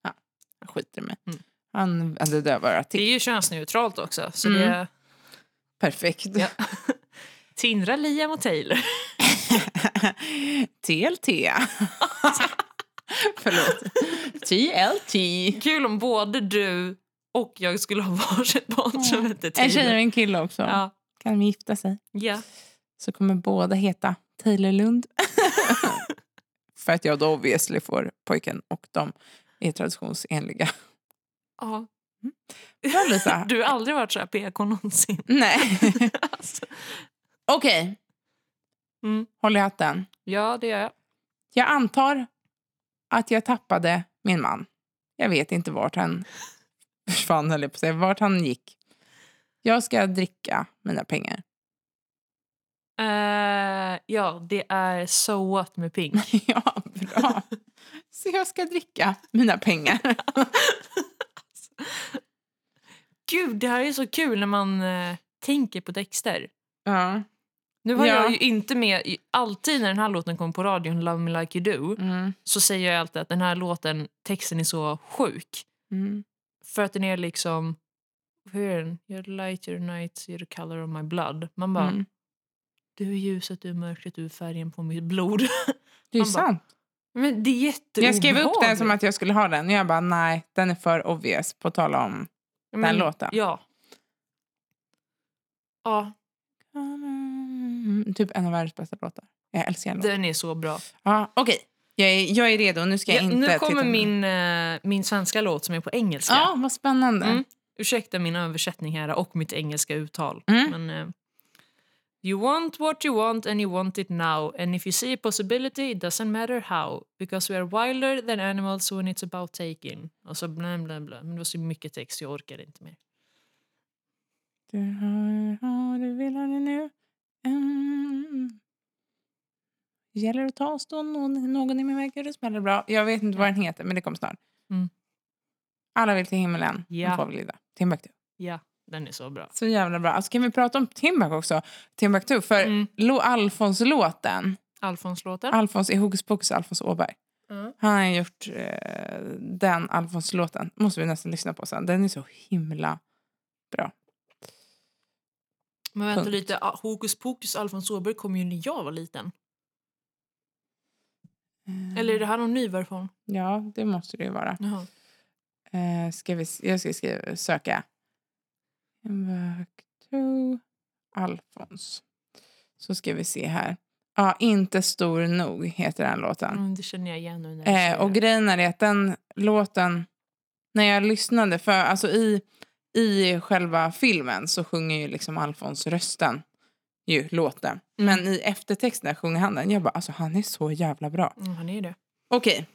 [SPEAKER 2] Ja, jag skiter med.
[SPEAKER 1] Mm.
[SPEAKER 2] Han alltså, hade
[SPEAKER 1] [laughs]
[SPEAKER 2] dövörat
[SPEAKER 1] Det
[SPEAKER 2] till.
[SPEAKER 1] är ju könsneutralt också. Så
[SPEAKER 2] typ. Mm.
[SPEAKER 1] det
[SPEAKER 2] Perfekt. [laughs]
[SPEAKER 1] Ja. Tindra, Liam och Taylor. [laughs]
[SPEAKER 2] TLT. [laughs] Förlåt. TLT.
[SPEAKER 1] Kul om både du och jag skulle ha [laughs] varsitt barn som hette
[SPEAKER 2] Mm. En tjej och
[SPEAKER 1] Taylor.
[SPEAKER 2] en kille också.
[SPEAKER 1] Ja.
[SPEAKER 2] Kan de gifta sig
[SPEAKER 1] ja.
[SPEAKER 2] så kommer båda heta
[SPEAKER 1] [laughs]
[SPEAKER 2] Taylor Lund. För att jag då obviously får pojken och de är traditionsenliga.
[SPEAKER 1] ja.
[SPEAKER 2] Bra, Lisa.
[SPEAKER 1] Du har aldrig varit så här PK någonsin. [laughs]
[SPEAKER 2] Nej.
[SPEAKER 1] Alltså.
[SPEAKER 2] Okej.
[SPEAKER 1] Mm.
[SPEAKER 2] Håll i hatten.
[SPEAKER 1] Ja, det gör jag.
[SPEAKER 2] Jag antar att jag tappade min man. Jag vet inte vart han försvann, höll jag på att säga. Vart han gick. Jag ska dricka mina pengar. [laughs]
[SPEAKER 1] Eh, ja, det är So What med Pink.
[SPEAKER 2] ja, bra. Så jag ska dricka mina pengar.
[SPEAKER 1] Gud, det här är så kul när man eh, tänker på texter.
[SPEAKER 2] ja.
[SPEAKER 1] Nu har
[SPEAKER 2] Ja.
[SPEAKER 1] jag ju inte med... i- Alltid när den här låten kommer på radion, Love Me Like You Do,
[SPEAKER 2] Mm.
[SPEAKER 1] så säger jag alltid att den här låten, texten är så sjuk.
[SPEAKER 2] Mm.
[SPEAKER 1] För att den är liksom... Hur är den? You're the light, you're the night, you're the color of my blood. Man bara,
[SPEAKER 2] Mm.
[SPEAKER 1] du är ljuset, du är mörkret, du är färgen på mitt blod. [laughs]
[SPEAKER 2] Det är
[SPEAKER 1] Han bara,
[SPEAKER 2] sant.
[SPEAKER 1] Men det är
[SPEAKER 2] Jag skrev upp den som
[SPEAKER 1] jätteobehagligt.
[SPEAKER 2] att jag skulle ha den. Och jag bara, nej, den är för obvious. På tal om...
[SPEAKER 1] Men-
[SPEAKER 2] den låten.
[SPEAKER 1] Mm. Ja. Ja,
[SPEAKER 2] Mm, Typ en av världens bästa låtar. Jag älskar den. låten.
[SPEAKER 1] den är så bra.
[SPEAKER 2] Ja, Okej, jag, är- jag är redo. Nu ska jag
[SPEAKER 1] Ja,
[SPEAKER 2] inte
[SPEAKER 1] nu
[SPEAKER 2] titta
[SPEAKER 1] kommer
[SPEAKER 2] på-
[SPEAKER 1] min, eh, min svenska låt som är på engelska.
[SPEAKER 2] Ja, vad spännande.
[SPEAKER 1] Mm. Ursäkta min översättning här och mitt engelska uttal.
[SPEAKER 2] Mm.
[SPEAKER 1] Men, eh, you want what you want and you want it now and if you see a possibility it doesn't matter how because we are wilder than animals when it's about taking. Och så bla bla bla. Men det var så mycket text jag orkar inte mer.
[SPEAKER 2] Du har, har du vill ha det nu. Mm. Gäller att ta oss då någon, någon i min väg och det smäller bra. Jag vet inte vad den heter, men det kommer snart.
[SPEAKER 1] Mm.
[SPEAKER 2] Alla vill till himmelen.
[SPEAKER 1] Ja.
[SPEAKER 2] Ja. Får vi lida. Timbuktu.
[SPEAKER 1] Ja, den är så bra.
[SPEAKER 2] Så jävla bra. Alltså, kan vi prata om Timbuk också? Timbuktu, för
[SPEAKER 1] Mm.
[SPEAKER 2] Lo- Alfons-låten.
[SPEAKER 1] Alfons-låten.
[SPEAKER 2] Alfons i Hokus Pokus, Alfons Åberg.
[SPEAKER 1] Ja.
[SPEAKER 2] Han har gjort eh, den Alfons-låten. måste vi nästan lyssna på sen. Den är så himla...
[SPEAKER 1] Men vänta
[SPEAKER 2] punkt.
[SPEAKER 1] lite, ah, Hokus pokus Alfons Åberg kom ju när jag var liten.
[SPEAKER 2] Mm.
[SPEAKER 1] Eller är det här någon ny version?
[SPEAKER 2] eh, Ja, det måste det ju vara.
[SPEAKER 1] Jaha.
[SPEAKER 2] Eh, ska vi, s- jag ska skriva, söka. Timbuk to Alfons. Så ska vi se här. Ja, Inte stor nog heter den låten.
[SPEAKER 1] Mm, det känner jag igen nu när du säger
[SPEAKER 2] Eh, och
[SPEAKER 1] det.
[SPEAKER 2] grejen är det att den låten, när jag lyssnade, för alltså i, i själva filmen så sjunger ju liksom Alfons rösten ju låten. Men i eftertexterna sjunger han den. Jag bara, alltså han är så jävla bra.
[SPEAKER 1] Mm, han är det.
[SPEAKER 2] Okej.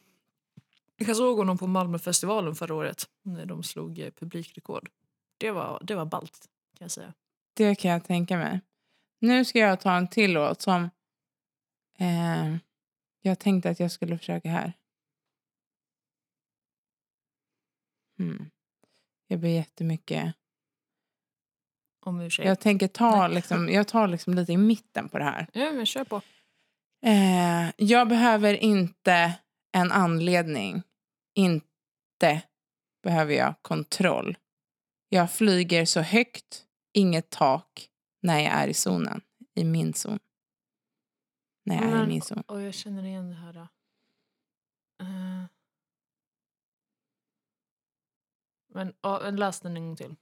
[SPEAKER 1] Jag såg honom på Malmöfestivalen förra året när de slog eh, publikrekord. Det var, det var ballt kan jag säga.
[SPEAKER 2] Det kan jag tänka mig. Nu ska jag ta en till låt som eh, jag tänkte att jag skulle försöka här. Hmm. Jag ber jättemycket
[SPEAKER 1] om ursäkt.
[SPEAKER 2] Jag tänker ta liksom, jag tar liksom lite i mitten på det här.
[SPEAKER 1] Ja, men kör på.
[SPEAKER 2] Eh, jag behöver inte en anledning. Inte behöver jag kontroll. Jag flyger så högt, inget tak, när jag är i zonen. I min zon. När jag är i
[SPEAKER 1] Men-
[SPEAKER 2] min zon.
[SPEAKER 1] Och jag känner igen det här. Eh. Men ja, läs den en gång till.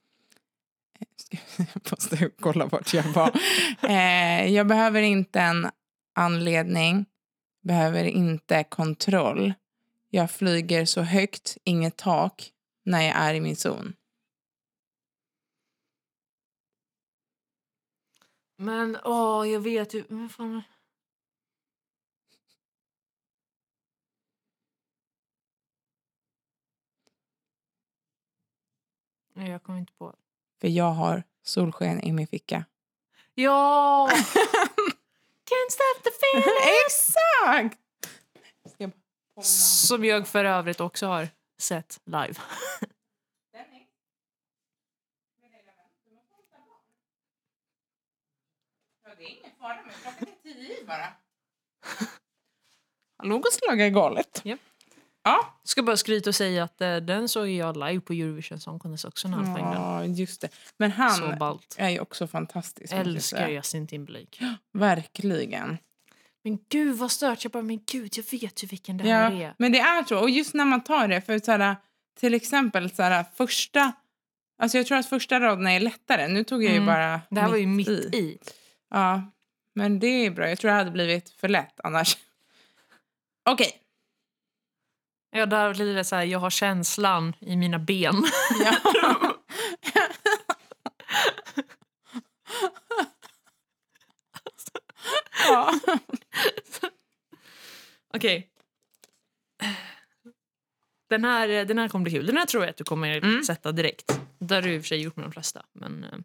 [SPEAKER 2] [laughs] Jag måste kolla vart jag var. Eh, jag behöver inte en anledning. Behöver inte kontroll. Jag flyger så högt, inget tak, när jag är i min zon.
[SPEAKER 1] Men åh, jag vet ju... Men fan. Nej, jag kommer inte på.
[SPEAKER 2] För jag har solsken i min ficka.
[SPEAKER 1] Ja! Can't stop the feeling!
[SPEAKER 2] [laughs] Exakt! Ska jag-
[SPEAKER 1] Som jag för övrigt också har sett live.
[SPEAKER 2] Han låg och slagade i golvet.
[SPEAKER 1] Ja.
[SPEAKER 2] Ja.
[SPEAKER 1] Ska bara skryta och säga att eh, den såg jag live på Eurovision Song Contest också när han sjöng den.
[SPEAKER 2] Ja, just det. Men han
[SPEAKER 1] Så ballt.
[SPEAKER 2] är ju också fantastisk. måste jag
[SPEAKER 1] Älskar
[SPEAKER 2] säga.
[SPEAKER 1] Justin Timberlake.
[SPEAKER 2] Verkligen.
[SPEAKER 1] Men gud vad stört. Jag bara, men gud, jag vet ju vilken det här
[SPEAKER 2] Ja,
[SPEAKER 1] är.
[SPEAKER 2] men det är så. Och just när man tar det, för så här, till exempel så här, första... Alltså jag tror att första raderna är lättare. Nu tog jag ju
[SPEAKER 1] Mm.
[SPEAKER 2] bara
[SPEAKER 1] Det här var ju mitt i.
[SPEAKER 2] Ja, men det är bra. Jag tror det hade blivit för lätt annars. [laughs] Okej.
[SPEAKER 1] Ja, där blir det så här, jag har känslan i mina ben.
[SPEAKER 2] Ja. ja.
[SPEAKER 1] Okej. Den här, eh, den här kommer bli kul. Den här tror jag att du kommer
[SPEAKER 2] Mm.
[SPEAKER 1] sätta direkt. Där har du i och för sig gjort med de flesta. Men, eh.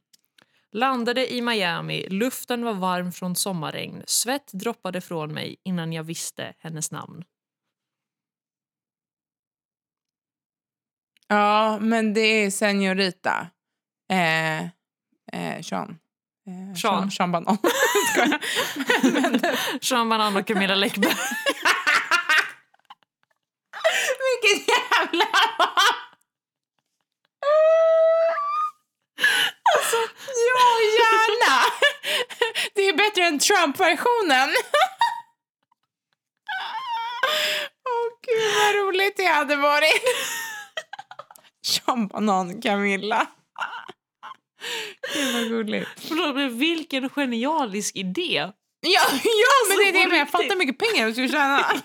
[SPEAKER 1] Landade i Miami. Luften var varm från sommarregn. Svett droppade från mig innan jag visste hennes namn.
[SPEAKER 2] [laughs] ja, men det är Senorita. Eh, eh, Sean. Eh,
[SPEAKER 1] Sean.
[SPEAKER 2] Sean Banan. [laughs] Skojar. men, men,
[SPEAKER 1] Sean Banan och Camilla Läckberg.
[SPEAKER 2] vilket jävla [laughs] namn! Alltså, ja, gärna! Det är bättre än Trump-versionen. [laughs] Åh, gud vad roligt det hade varit. [laughs] Sean Banan Camilla. Gud vad gulligt.
[SPEAKER 1] Förlåt, men vilken genialisk idé!
[SPEAKER 2] Ja, [laughs] ja men Alltså, det är det
[SPEAKER 1] på
[SPEAKER 2] jag menar.
[SPEAKER 1] riktigt.
[SPEAKER 2] Fattar hur mycket pengar du skulle tjäna. [laughs]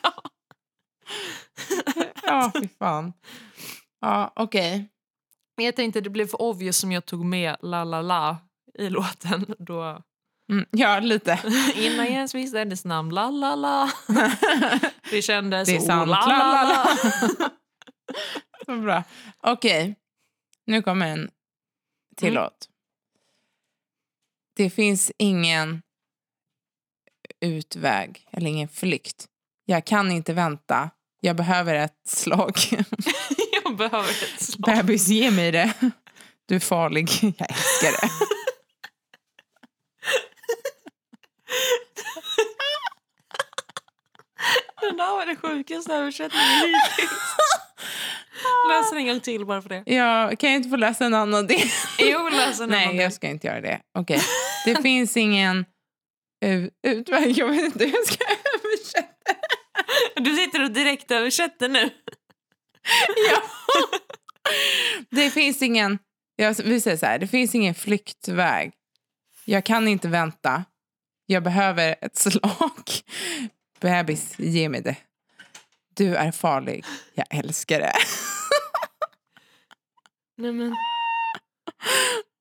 [SPEAKER 2] Ja, fy fan. Ja, okej.
[SPEAKER 1] Men Jag tänkte det blev för obvious som jag tog med La La La i låten. Då,
[SPEAKER 2] Mm, ja, lite. [laughs]
[SPEAKER 1] innan jag ens visste hennes namn, La La [laughs] La. Det kändes...
[SPEAKER 2] Det är
[SPEAKER 1] oh,
[SPEAKER 2] sant.
[SPEAKER 1] La, la, la.
[SPEAKER 2] Så bra. Okej, nu kommer en till
[SPEAKER 1] Mm.
[SPEAKER 2] låt. Det finns ingen utväg eller ingen flykt. Jag kan inte vänta. Jag behöver ett slag.
[SPEAKER 1] [laughs]
[SPEAKER 2] [laughs]
[SPEAKER 1] Jag behöver ett slag.
[SPEAKER 2] Bebis, ge mig det. Du är farlig. [laughs] Jag älskar det.
[SPEAKER 1] Den där var den sjukaste översättningen [laughs] hittills. Läs den en gång till bara för det.
[SPEAKER 2] Ja, kan jag inte få läsa en annan del?
[SPEAKER 1] Jo, läs den
[SPEAKER 2] Nej, jag ska inte göra det. Okej. Det finns ingen u- utväg. Jag vet inte hur jag ska [laughs] översätta.
[SPEAKER 1] Du sitter och direkt översätter nu.
[SPEAKER 2] Ja. Det finns ingen... Jag, vi säger så här. Det finns ingen flyktväg. Jag kan inte vänta. Jag behöver ett slag. Bebis, ge mig det. Du är farlig. Jag älskar det.
[SPEAKER 1] Nej, men...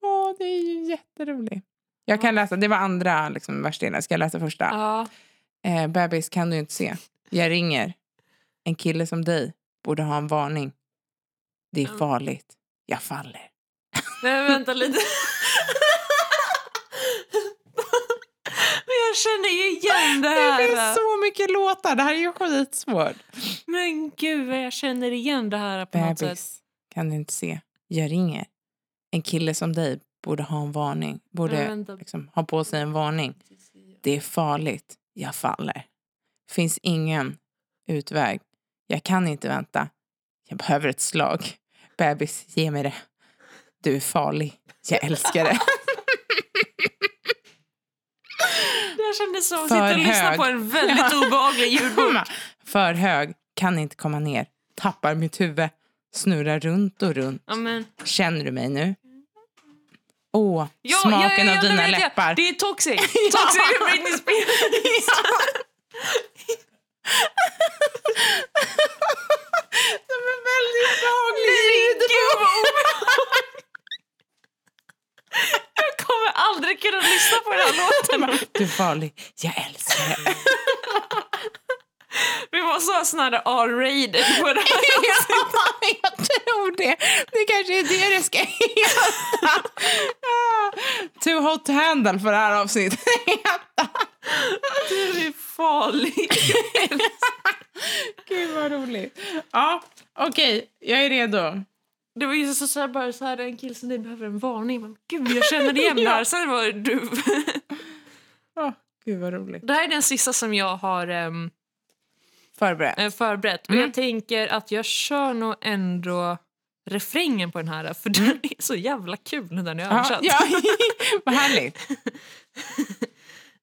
[SPEAKER 2] Åh, det är ju jätteroligt. Jag kan läsa. Det var andra liksom, versdelen. Ska jag läsa första?
[SPEAKER 1] Ja.
[SPEAKER 2] Eh, bebis kan du inte se. Jag ringer. En kille som dig borde ha en varning. Det är
[SPEAKER 1] Mm.
[SPEAKER 2] farligt. Jag faller.
[SPEAKER 1] Nej, men vänta [laughs] lite. Men jag känner ju igen det
[SPEAKER 2] Det
[SPEAKER 1] här.
[SPEAKER 2] finns så mycket låtar. Det här är ju skitsvårt.
[SPEAKER 1] Men gud vad jag känner igen det här på något sätt.
[SPEAKER 2] Bebis kan du inte se. Jag ringer. En kille som dig borde ha en varning.
[SPEAKER 1] Men
[SPEAKER 2] Borde
[SPEAKER 1] vänta.
[SPEAKER 2] liksom, ha på sig en varning. Det är farligt. Jag faller. Finns ingen utväg. Jag kan inte vänta. Jag behöver ett slag. Bebis, ge mig det. Du är farlig. Jag
[SPEAKER 1] [laughs]
[SPEAKER 2] älskar det.
[SPEAKER 1] Det här kändes som att
[SPEAKER 2] För
[SPEAKER 1] sitta och lyssna
[SPEAKER 2] hög.
[SPEAKER 1] på en väldigt obehaglig ljudbok.
[SPEAKER 2] Komma. För hög. Kan inte komma ner. Tappar mitt huvud. Snurrar runt och runt.
[SPEAKER 1] Ja, men,
[SPEAKER 2] Känner du mig nu? Åh,
[SPEAKER 1] ja, ja,
[SPEAKER 2] [laughs] smaken
[SPEAKER 1] ja,
[SPEAKER 2] av
[SPEAKER 1] ja, det
[SPEAKER 2] dina
[SPEAKER 1] vet jag.
[SPEAKER 2] läppar. [laughs]
[SPEAKER 1] Det [laughs] är toxic. Toxic med Britney Spears.
[SPEAKER 2] De är väldigt behagliga
[SPEAKER 1] Jag kommer aldrig kunna lyssna på den här
[SPEAKER 2] [laughs]
[SPEAKER 1] låten.
[SPEAKER 2] Du är farlig. Jag älskar [laughs] det.
[SPEAKER 1] Vi måste ha sån här R-rated på det här.
[SPEAKER 2] jag tror det. Det kanske är det det ska heta. [laughs] Too hot to handle för det här avsnittet. [laughs]
[SPEAKER 1] Du är farlig.
[SPEAKER 2] Gud vad roligt. Ja, okej. jag är redo.
[SPEAKER 1] Det var ju så, så här, bara så här, en kille som dig behöver en varning. Men, Gud, jag känner igen det
[SPEAKER 2] [laughs]
[SPEAKER 1] här. Sen var det du. [laughs]
[SPEAKER 2] Oh, Gud vad roligt.
[SPEAKER 1] Det här är den sista som jag har ehm,
[SPEAKER 2] Förberedd.
[SPEAKER 1] eh, förberett. Och
[SPEAKER 2] Mm.
[SPEAKER 1] jag tänker att jag kör nog ändå refrängen på den här. För den är så jävla kul när den är
[SPEAKER 2] Mm. Ja,
[SPEAKER 1] översatt.
[SPEAKER 2] ja. [laughs] vad härligt.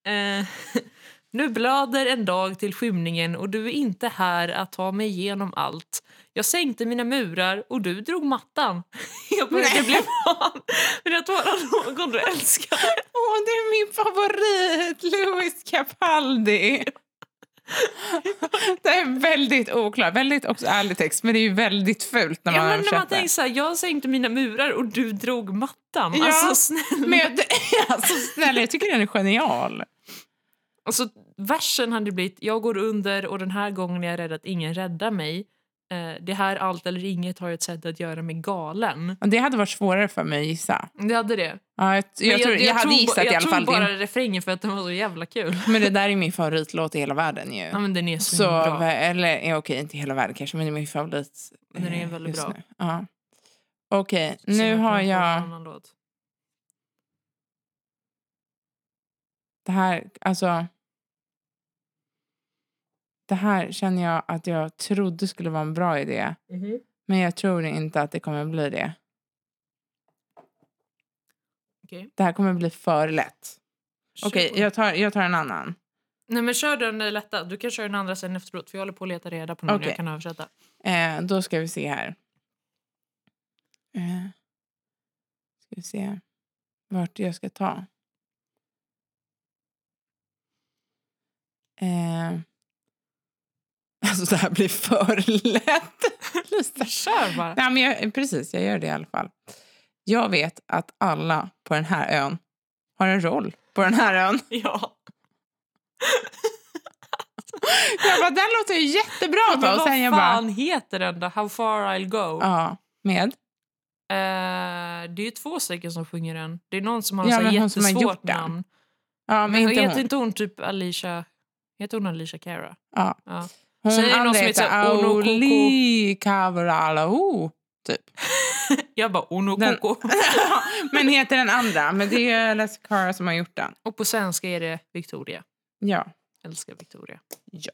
[SPEAKER 1] Eh, [laughs] nu blöder en dag till skymningen och du är inte här att ta mig igenom allt. Jag sänkte mina murar och du drog mattan. [laughs] Jag började
[SPEAKER 2] Nej.
[SPEAKER 1] bli van vid att vara någon du älskar.
[SPEAKER 2] Åh, det är min favorit! Louis Capaldi. [laughs] Det är väldigt oklar, väldigt också ärlig text, men det är ju väldigt fult när
[SPEAKER 1] Ja,
[SPEAKER 2] man
[SPEAKER 1] men när man
[SPEAKER 2] översätter.
[SPEAKER 1] tänker så här, jag sänkte mina murar och du drog mattan.
[SPEAKER 2] Ja.
[SPEAKER 1] Alltså snälla.
[SPEAKER 2] Men jag, [laughs] alltså, snälla, jag tycker den är genial.
[SPEAKER 1] Alltså, versen hade blivit, jag går under och den här gången är jag rädd att ingen räddar mig. Eh, det här allt eller inget har ett sätt att göra mig galen.
[SPEAKER 2] Och Det hade varit svårare för mig att gissa.
[SPEAKER 1] Det hade det.
[SPEAKER 2] Ja, jag, jag,
[SPEAKER 1] Men
[SPEAKER 2] tror, jag, hade
[SPEAKER 1] tog ba-
[SPEAKER 2] gissat
[SPEAKER 1] jag
[SPEAKER 2] i alla
[SPEAKER 1] tog
[SPEAKER 2] fall.
[SPEAKER 1] bara
[SPEAKER 2] Din,
[SPEAKER 1] refrängen för att den var så jävla kul.
[SPEAKER 2] men det där är min favoritlåt i hela världen ju.
[SPEAKER 1] Ja, men den är så,
[SPEAKER 2] så, eh,
[SPEAKER 1] bra.
[SPEAKER 2] eller ja, okej, inte i hela världen kanske, men det är min favorit. eh,
[SPEAKER 1] Den är väldigt
[SPEAKER 2] just
[SPEAKER 1] bra.
[SPEAKER 2] nu. Ja. Okej,
[SPEAKER 1] Så
[SPEAKER 2] nu
[SPEAKER 1] jag
[SPEAKER 2] har
[SPEAKER 1] kommer på en
[SPEAKER 2] jag...
[SPEAKER 1] annan låt.
[SPEAKER 2] Det här, alltså... Det här känner jag att jag trodde skulle vara en bra idé.
[SPEAKER 1] Mhm.
[SPEAKER 2] Men jag tror inte att det kommer bli det.
[SPEAKER 1] Okej.
[SPEAKER 2] Det här kommer bli för lätt. Okej,
[SPEAKER 1] Kör på.
[SPEAKER 2] jag, tar, jag tar en annan.
[SPEAKER 1] Nej, men kör den eh, lätta. Du kan köra den andra sen efteråt. För jag håller på att leta reda på någon jag
[SPEAKER 2] Okej.
[SPEAKER 1] kan översätta.
[SPEAKER 2] Eh, då ska vi se här. Eh, ska vi se vart jag ska ta. Eh, [laughs] alltså det här blir för [laughs] lätt. Lisa.
[SPEAKER 1] Kör bara.
[SPEAKER 2] [laughs] Nej, men jag, precis, jag gör det i alla fall. Jag vet att alla på den här ön har en roll på den här ön.
[SPEAKER 1] Ja.
[SPEAKER 2] [laughs] Jag bara, den låter ju jättebra.
[SPEAKER 1] Men
[SPEAKER 2] Då. Och
[SPEAKER 1] vad
[SPEAKER 2] sen jag
[SPEAKER 1] fan
[SPEAKER 2] bara,
[SPEAKER 1] heter den då? How far I'll go?
[SPEAKER 2] ja, med.
[SPEAKER 1] Eh, det är ju två stycken som sjunger den. Det är någon som har
[SPEAKER 2] Ja,
[SPEAKER 1] ja,
[SPEAKER 2] men hon som har
[SPEAKER 1] jättesvårt
[SPEAKER 2] gjort den.
[SPEAKER 1] namn.
[SPEAKER 2] Ja, men,
[SPEAKER 1] Men
[SPEAKER 2] inte
[SPEAKER 1] heter
[SPEAKER 2] hon.
[SPEAKER 1] inte hon typ Alicia... Heter hon Alicia Cara?
[SPEAKER 2] Ja.
[SPEAKER 1] Ja.
[SPEAKER 2] Hon
[SPEAKER 1] Sen är det någon
[SPEAKER 2] andra
[SPEAKER 1] som heter
[SPEAKER 2] heter
[SPEAKER 1] Ono Koko.
[SPEAKER 2] Auli Kavralao, typ.
[SPEAKER 1] Jag bara Ono
[SPEAKER 2] Den-
[SPEAKER 1] Coco.
[SPEAKER 2] [laughs] men heter den andra. Men det är Les Cara som har gjort den.
[SPEAKER 1] [laughs] Och på svenska är det Victoria.
[SPEAKER 2] Ja.
[SPEAKER 1] Älskar Victoria.
[SPEAKER 2] ja.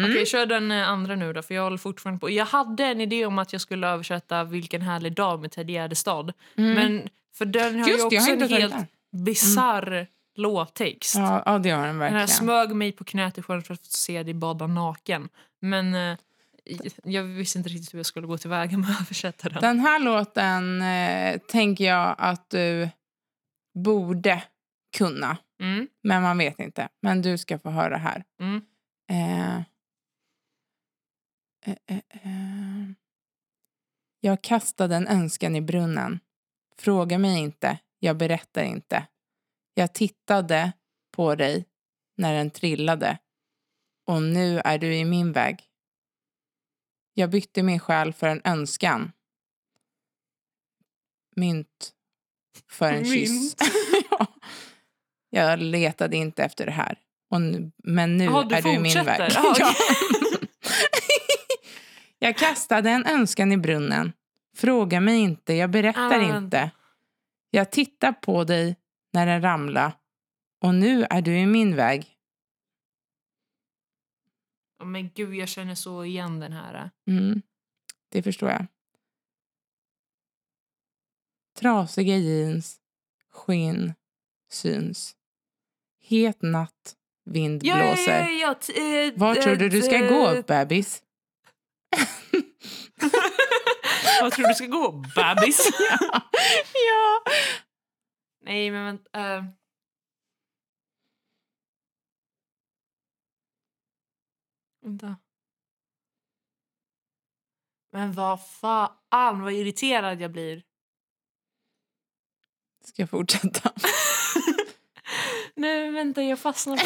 [SPEAKER 1] Okej,
[SPEAKER 2] Mm.
[SPEAKER 1] kör den eh, andra nu då, för jag håller fortfarande på. Jag hade en idé om att jag skulle översätta Vilken härlig dag med Ted Gärdestad.
[SPEAKER 2] Mm.
[SPEAKER 1] Men för den har
[SPEAKER 2] Just det,
[SPEAKER 1] ju
[SPEAKER 2] jag
[SPEAKER 1] också
[SPEAKER 2] har inte
[SPEAKER 1] en
[SPEAKER 2] tagit
[SPEAKER 1] helt
[SPEAKER 2] den. Mm.
[SPEAKER 1] bisarr låttext.
[SPEAKER 2] Ja, ja, det har den
[SPEAKER 1] den här
[SPEAKER 2] verkligen.
[SPEAKER 1] smög mig på knät i sjön för att se dig bada naken. Men eh, jag visste inte riktigt hur jag skulle gå tillväga med [laughs] att översätta den.
[SPEAKER 2] Den här låten eh, tänker jag att du borde kunna.
[SPEAKER 1] Mm,
[SPEAKER 2] Men man vet inte. Men du ska få höra här.
[SPEAKER 1] mm.
[SPEAKER 2] Eh, eh, eh, eh. Jag kastade en önskan i brunnen. Fråga mig inte, jag berättar inte. Jag tittade på dig när den trillade och nu är du i min väg. Jag bytte min själ för en önskan. Mynt för en kyss. [laughs] ja. Jag letade inte efter det här. Och nu, men nu
[SPEAKER 1] Jaha, du
[SPEAKER 2] är du i min
[SPEAKER 1] fortsätter.
[SPEAKER 2] väg. [laughs]
[SPEAKER 1] Ja, okej.
[SPEAKER 2] jag kastade en önskan i brunnen. Fråga mig inte, jag berättar
[SPEAKER 1] Ah, men-
[SPEAKER 2] inte. Jag tittar på dig när den ramlar och nu är du i min väg.
[SPEAKER 1] [laughs] Ja, Men gud, jag känner så igen den här. eh.
[SPEAKER 2] Mm. Det förstår jag. Trasiga jeans, skinn, syns. Het natt, vind
[SPEAKER 1] Ja, ja,
[SPEAKER 2] blåser.
[SPEAKER 1] ja, ja, t- eh,
[SPEAKER 2] Var tror du du ska
[SPEAKER 1] eh,
[SPEAKER 2] gå, [laughs] bebis?
[SPEAKER 1] Var tror du ska gå, bebis? [laughs]
[SPEAKER 2] Ja.
[SPEAKER 1] Nej, men vänta. eh. Vänta. Men vad fan, vad irriterad jag blir.
[SPEAKER 2] Ska jag fortsätta?
[SPEAKER 1] Nej, men vänta, jag [laughs] fastnar på...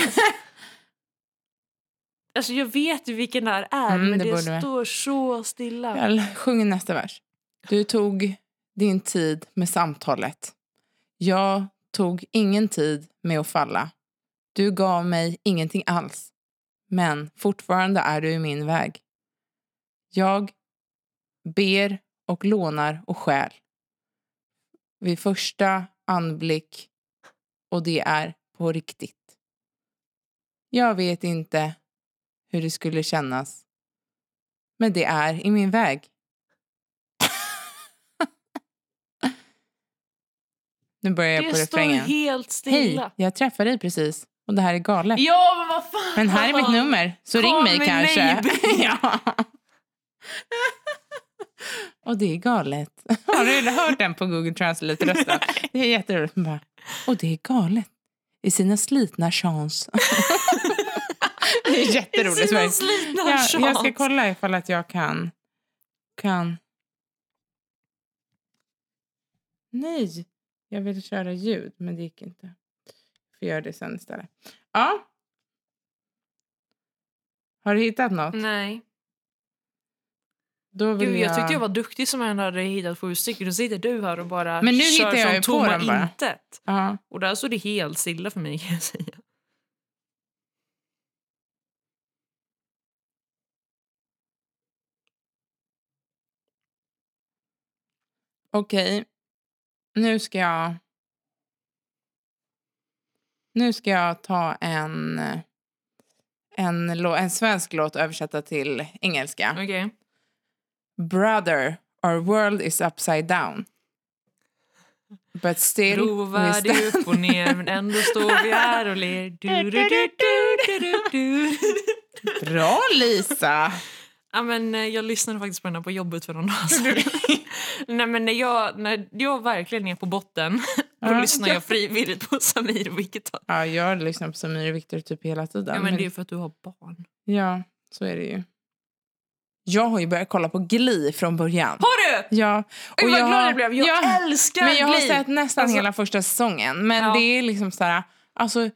[SPEAKER 1] Alltså, jag vet ju vilken det här är,
[SPEAKER 2] Mm,
[SPEAKER 1] men
[SPEAKER 2] det
[SPEAKER 1] det,
[SPEAKER 2] borde vi.
[SPEAKER 1] står så stilla.
[SPEAKER 2] Väl, sjung nästa vers. Du tog din tid med samtalet. Jag tog ingen tid med att falla. Du gav mig ingenting alls. Men fortfarande är du i min väg. Jag ber och lånar och stjäl. Vid första anblick och det är på riktigt. Jag vet inte hur det skulle kännas men det är i min väg. [laughs] nu börjar jag
[SPEAKER 1] det
[SPEAKER 2] på
[SPEAKER 1] står
[SPEAKER 2] refrängen.
[SPEAKER 1] helt
[SPEAKER 2] Hej,
[SPEAKER 1] stilla.
[SPEAKER 2] jag träffade dig precis och det här är galet.
[SPEAKER 1] Ja, men [laughs] vad fan!
[SPEAKER 2] Men här är mitt nummer, så ring
[SPEAKER 1] Call
[SPEAKER 2] mig
[SPEAKER 1] me
[SPEAKER 2] kanske. [laughs]
[SPEAKER 1] maybe.
[SPEAKER 2] ja. och det är galet. [laughs] Har du hört den på Google
[SPEAKER 1] [laughs]
[SPEAKER 2] Translate-rösten? Det är jätteroligt. Man bara, Och det är galet. I sina slitna chans. [laughs] det är jätteroligt.
[SPEAKER 1] I sina
[SPEAKER 2] verkligen.
[SPEAKER 1] slitna [laughs]
[SPEAKER 2] Ja,
[SPEAKER 1] chans.
[SPEAKER 2] jag ska kolla ifall att jag kan... kan... Nej, jag ville köra ljud, men det gick inte. Får göra det sen istället. Ja. Har du hittat något?
[SPEAKER 1] Nej.
[SPEAKER 2] Då vill
[SPEAKER 1] Gud, jag tyckte jag var duktig som ändå hade hittat sju stycken. Så sitter du här och bara
[SPEAKER 2] Men nu
[SPEAKER 1] kör
[SPEAKER 2] hittar jag ju
[SPEAKER 1] från
[SPEAKER 2] på
[SPEAKER 1] tomma
[SPEAKER 2] dem bara.
[SPEAKER 1] intet.
[SPEAKER 2] Ja.
[SPEAKER 1] Och där stod det helt stilla för mig [laughs] kan jag säga.
[SPEAKER 2] Okej. Nu ska jag... Nu ska jag ta en, en, lå- en svensk låt och översätta till engelska.
[SPEAKER 1] Okej.
[SPEAKER 2] Brother, our world is upside down. But still... we
[SPEAKER 1] Brovar
[SPEAKER 2] stand-
[SPEAKER 1] det
[SPEAKER 2] [laughs]
[SPEAKER 1] upp och ner men ändå står vi här och ler. Du, du, du, du, du, du, du.
[SPEAKER 2] Bra, Lisa!
[SPEAKER 1] [laughs] Ja, men, eh, jag lyssnade faktiskt på den här på jobbet för någon [laughs] dag sedan. Nej, men när, jag, när jag verkligen är på botten [laughs] då
[SPEAKER 2] Ja.
[SPEAKER 1] lyssnar jag frivilligt på Samir och Wikitar.
[SPEAKER 2] Ja, jag lyssnar på Samir och Viktor typ hela tiden.
[SPEAKER 1] Ja, men det är ju för att du har barn.
[SPEAKER 2] ja, så är det ju. Jag har ju börjat kolla på Glee från början.
[SPEAKER 1] Har du?
[SPEAKER 2] Ja.
[SPEAKER 1] Och Oj, vad glad jag blev. Jag
[SPEAKER 2] Ja.
[SPEAKER 1] älskar
[SPEAKER 2] Men jag har
[SPEAKER 1] Glee.
[SPEAKER 2] sett nästan
[SPEAKER 1] Alltså-
[SPEAKER 2] hela första säsongen. Men
[SPEAKER 1] Ja.
[SPEAKER 2] det är liksom så här... Alltså,